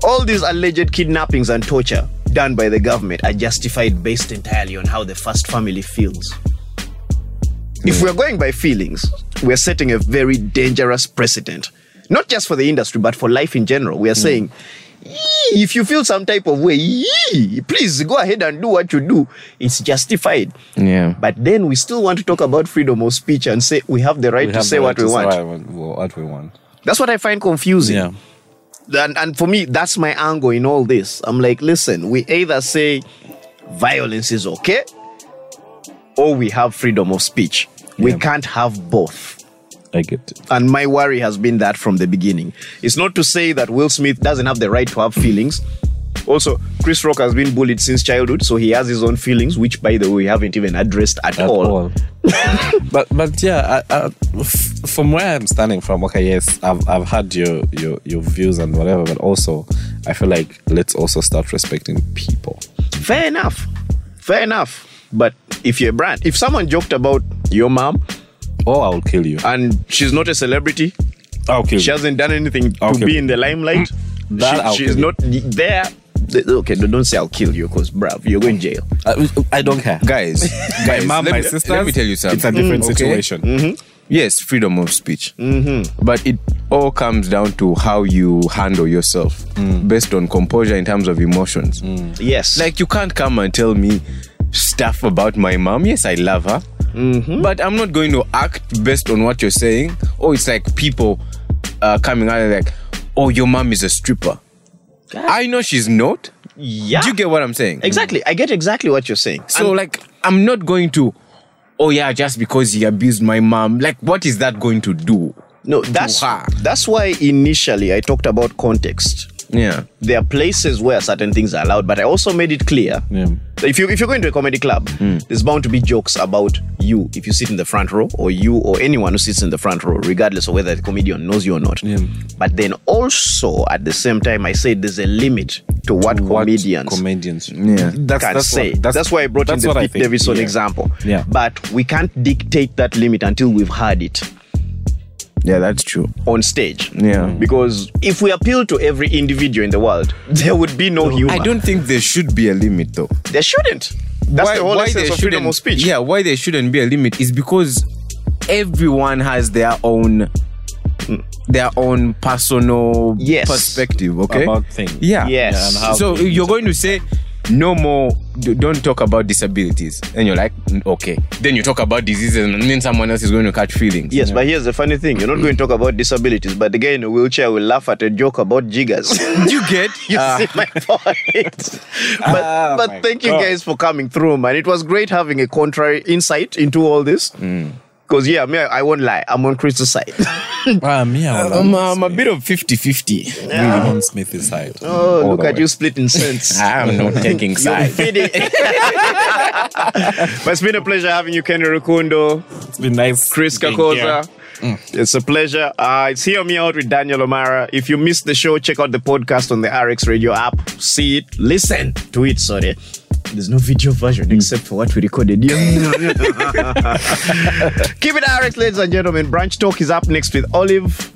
C: all these alleged kidnappings and torture done by the government are justified based entirely on how the first family feels if we're going by feelings, we're setting a very dangerous precedent. Not just for the industry, but for life in general. We are saying, "Yee, if you feel some type of way, yee, please go ahead and do what you do. It's justified.
E: Yeah.
C: But then we still want to talk about freedom of speech and say we have the right to say what we want.
D: What we want.
C: That's what I find confusing
D: Yeah.
C: and, and for me, that's my angle in all this. I'm like, listen, we either say violence is okay or we have freedom of speech. We can't have both.
D: I get it.
C: And my worry has been that from the beginning. It's not to say that Will Smith doesn't have the right to have feelings. Also, Chris Rock has been bullied since childhood, so he has his own feelings, which, by the way, we haven't even addressed at,
D: At
C: all. <laughs>
D: all. but but yeah, I, I, f- from where I'm standing from, okay, yes, I've I've had your your your views and whatever, but also I feel like let's also start respecting people.
C: Fair enough. Fair enough. But if you're a brand, if someone joked about your mom
D: Or I'll kill you.
C: and she's not a celebrity,
D: I'll kill
C: she
D: you.
C: hasn't done anything to
D: Okay. Mm.
C: be in the limelight.
D: That
C: She-
D: I'll
C: she's
D: kill you.
C: not there. Th- Okay, no, don't say I'll kill you, cause bruv, you're going jail.
D: I, I don't care.
E: Guys, guys,
D: mom, <laughs>
E: let,
D: my
E: me,
D: sisters,
E: let me tell you something. Mm.
D: It's a
C: Mm,
D: different
E: okay?
D: situation.
E: Yes, freedom of speech. Mm-hmm. But it all comes down to how you handle yourself based on composure in terms of emotions.
C: Yes,
E: Like, you can't come and tell me stuff about my mom. Yes, I love her. But I'm not going to act based on what you're saying. Oh, it's like people uh, coming out and like, oh, your mom is a stripper. I know she's not.
C: yeah,
E: Do you get what I'm saying?
C: exactly. I get exactly what you're saying.
E: So like I'm not going to oh yeah just because he abused my mom like what is that going to do?
C: No, that's
E: her.
C: that's why initially I talked about context.
E: Yeah.
C: There are places where certain things are allowed, but I also made it clear. If you if you're going to a comedy club,
D: Hmm.
C: there's bound to be jokes about you if you sit in the front row, or you or anyone who sits in the front row, regardless of whether the comedian knows you or not. But then also at the same time, I said there's a limit to what
D: What
C: comedians
D: comedians. Yeah. That's,
C: can
D: that's
C: say.
D: What,
C: that's,
D: that's,
C: why I brought in
D: that's
C: the
D: what I
C: Pete
D: think.
C: Davidson
D: Yeah.
C: example.
D: Yeah.
C: But we can't dictate that limit until we've had it
E: Yeah, that's true.
C: on stage.
E: Yeah.
C: Because if we appeal to every individual in the world, <laughs> there would be no humor.
E: I don't think there should be a limit though.
C: There shouldn't. That's the whole essence
E: there
C: of freedom of
E: shouldn't-
C: speech.
E: Yeah, why there shouldn't be a limit is because everyone has their own their own personal
C: Yes.
E: perspective, okay?
D: About things.
E: Yeah.
C: Yes. Yeah, and how
E: so you're going to say no more d- don't talk about disabilities and you're like "Mm, okay then you talk about diseases and then someone else is going to catch feelings
C: Yes, but here's the funny thing. You're not going to talk about disabilities, but the guy in a wheelchair will laugh at a joke about jiggers. <laughs>
E: you get
C: you
D: Ah.
E: Uh,
C: see my
D: <laughs>
C: point. but but thank you guys for coming through, man. It was great having a contrary insight into all this.
D: Mm.
C: Because, yeah, me, I, I won't lie. I'm on Chris's side. <laughs> Oh,
D: Um,
C: Uh,
D: yeah, well,
E: I'm, I'm a bit of 50 50.
D: I'm on Smithy's side.
C: Oh,
D: All
C: look
D: the
C: at
D: way. Ah,
C: you splitting cents.
D: <laughs>
E: I'm
C: <laughs>
E: not taking sides.
C: but it's been a pleasure having you, Kenny Rukundo,
D: It's been nice.
C: Chris
D: being here.
C: Kakoza, It's a pleasure. Uh, it's Hear Me Out with Daniel O'Mara. If you missed the show, check out the podcast on the RX Radio app. See it, listen to it, sorry. There's no video version except for what we recorded. Keep it RX, ladies and gentlemen. Branch Talk is up next with Olive.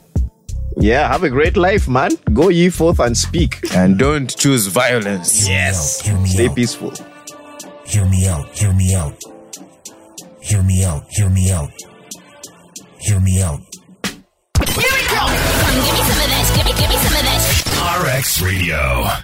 C: Yeah, have a great life, man. Go ye forth and speak.
E: And don't choose violence.
C: Yes.
B: Hear me
C: Stay
B: out.
C: peaceful.
B: Hear me out. Hear me out. Hear me out. Hear me out. Hear me out.
G: Here we go. Come give me some of this. Give me, give me some of this.
F: RX Radio.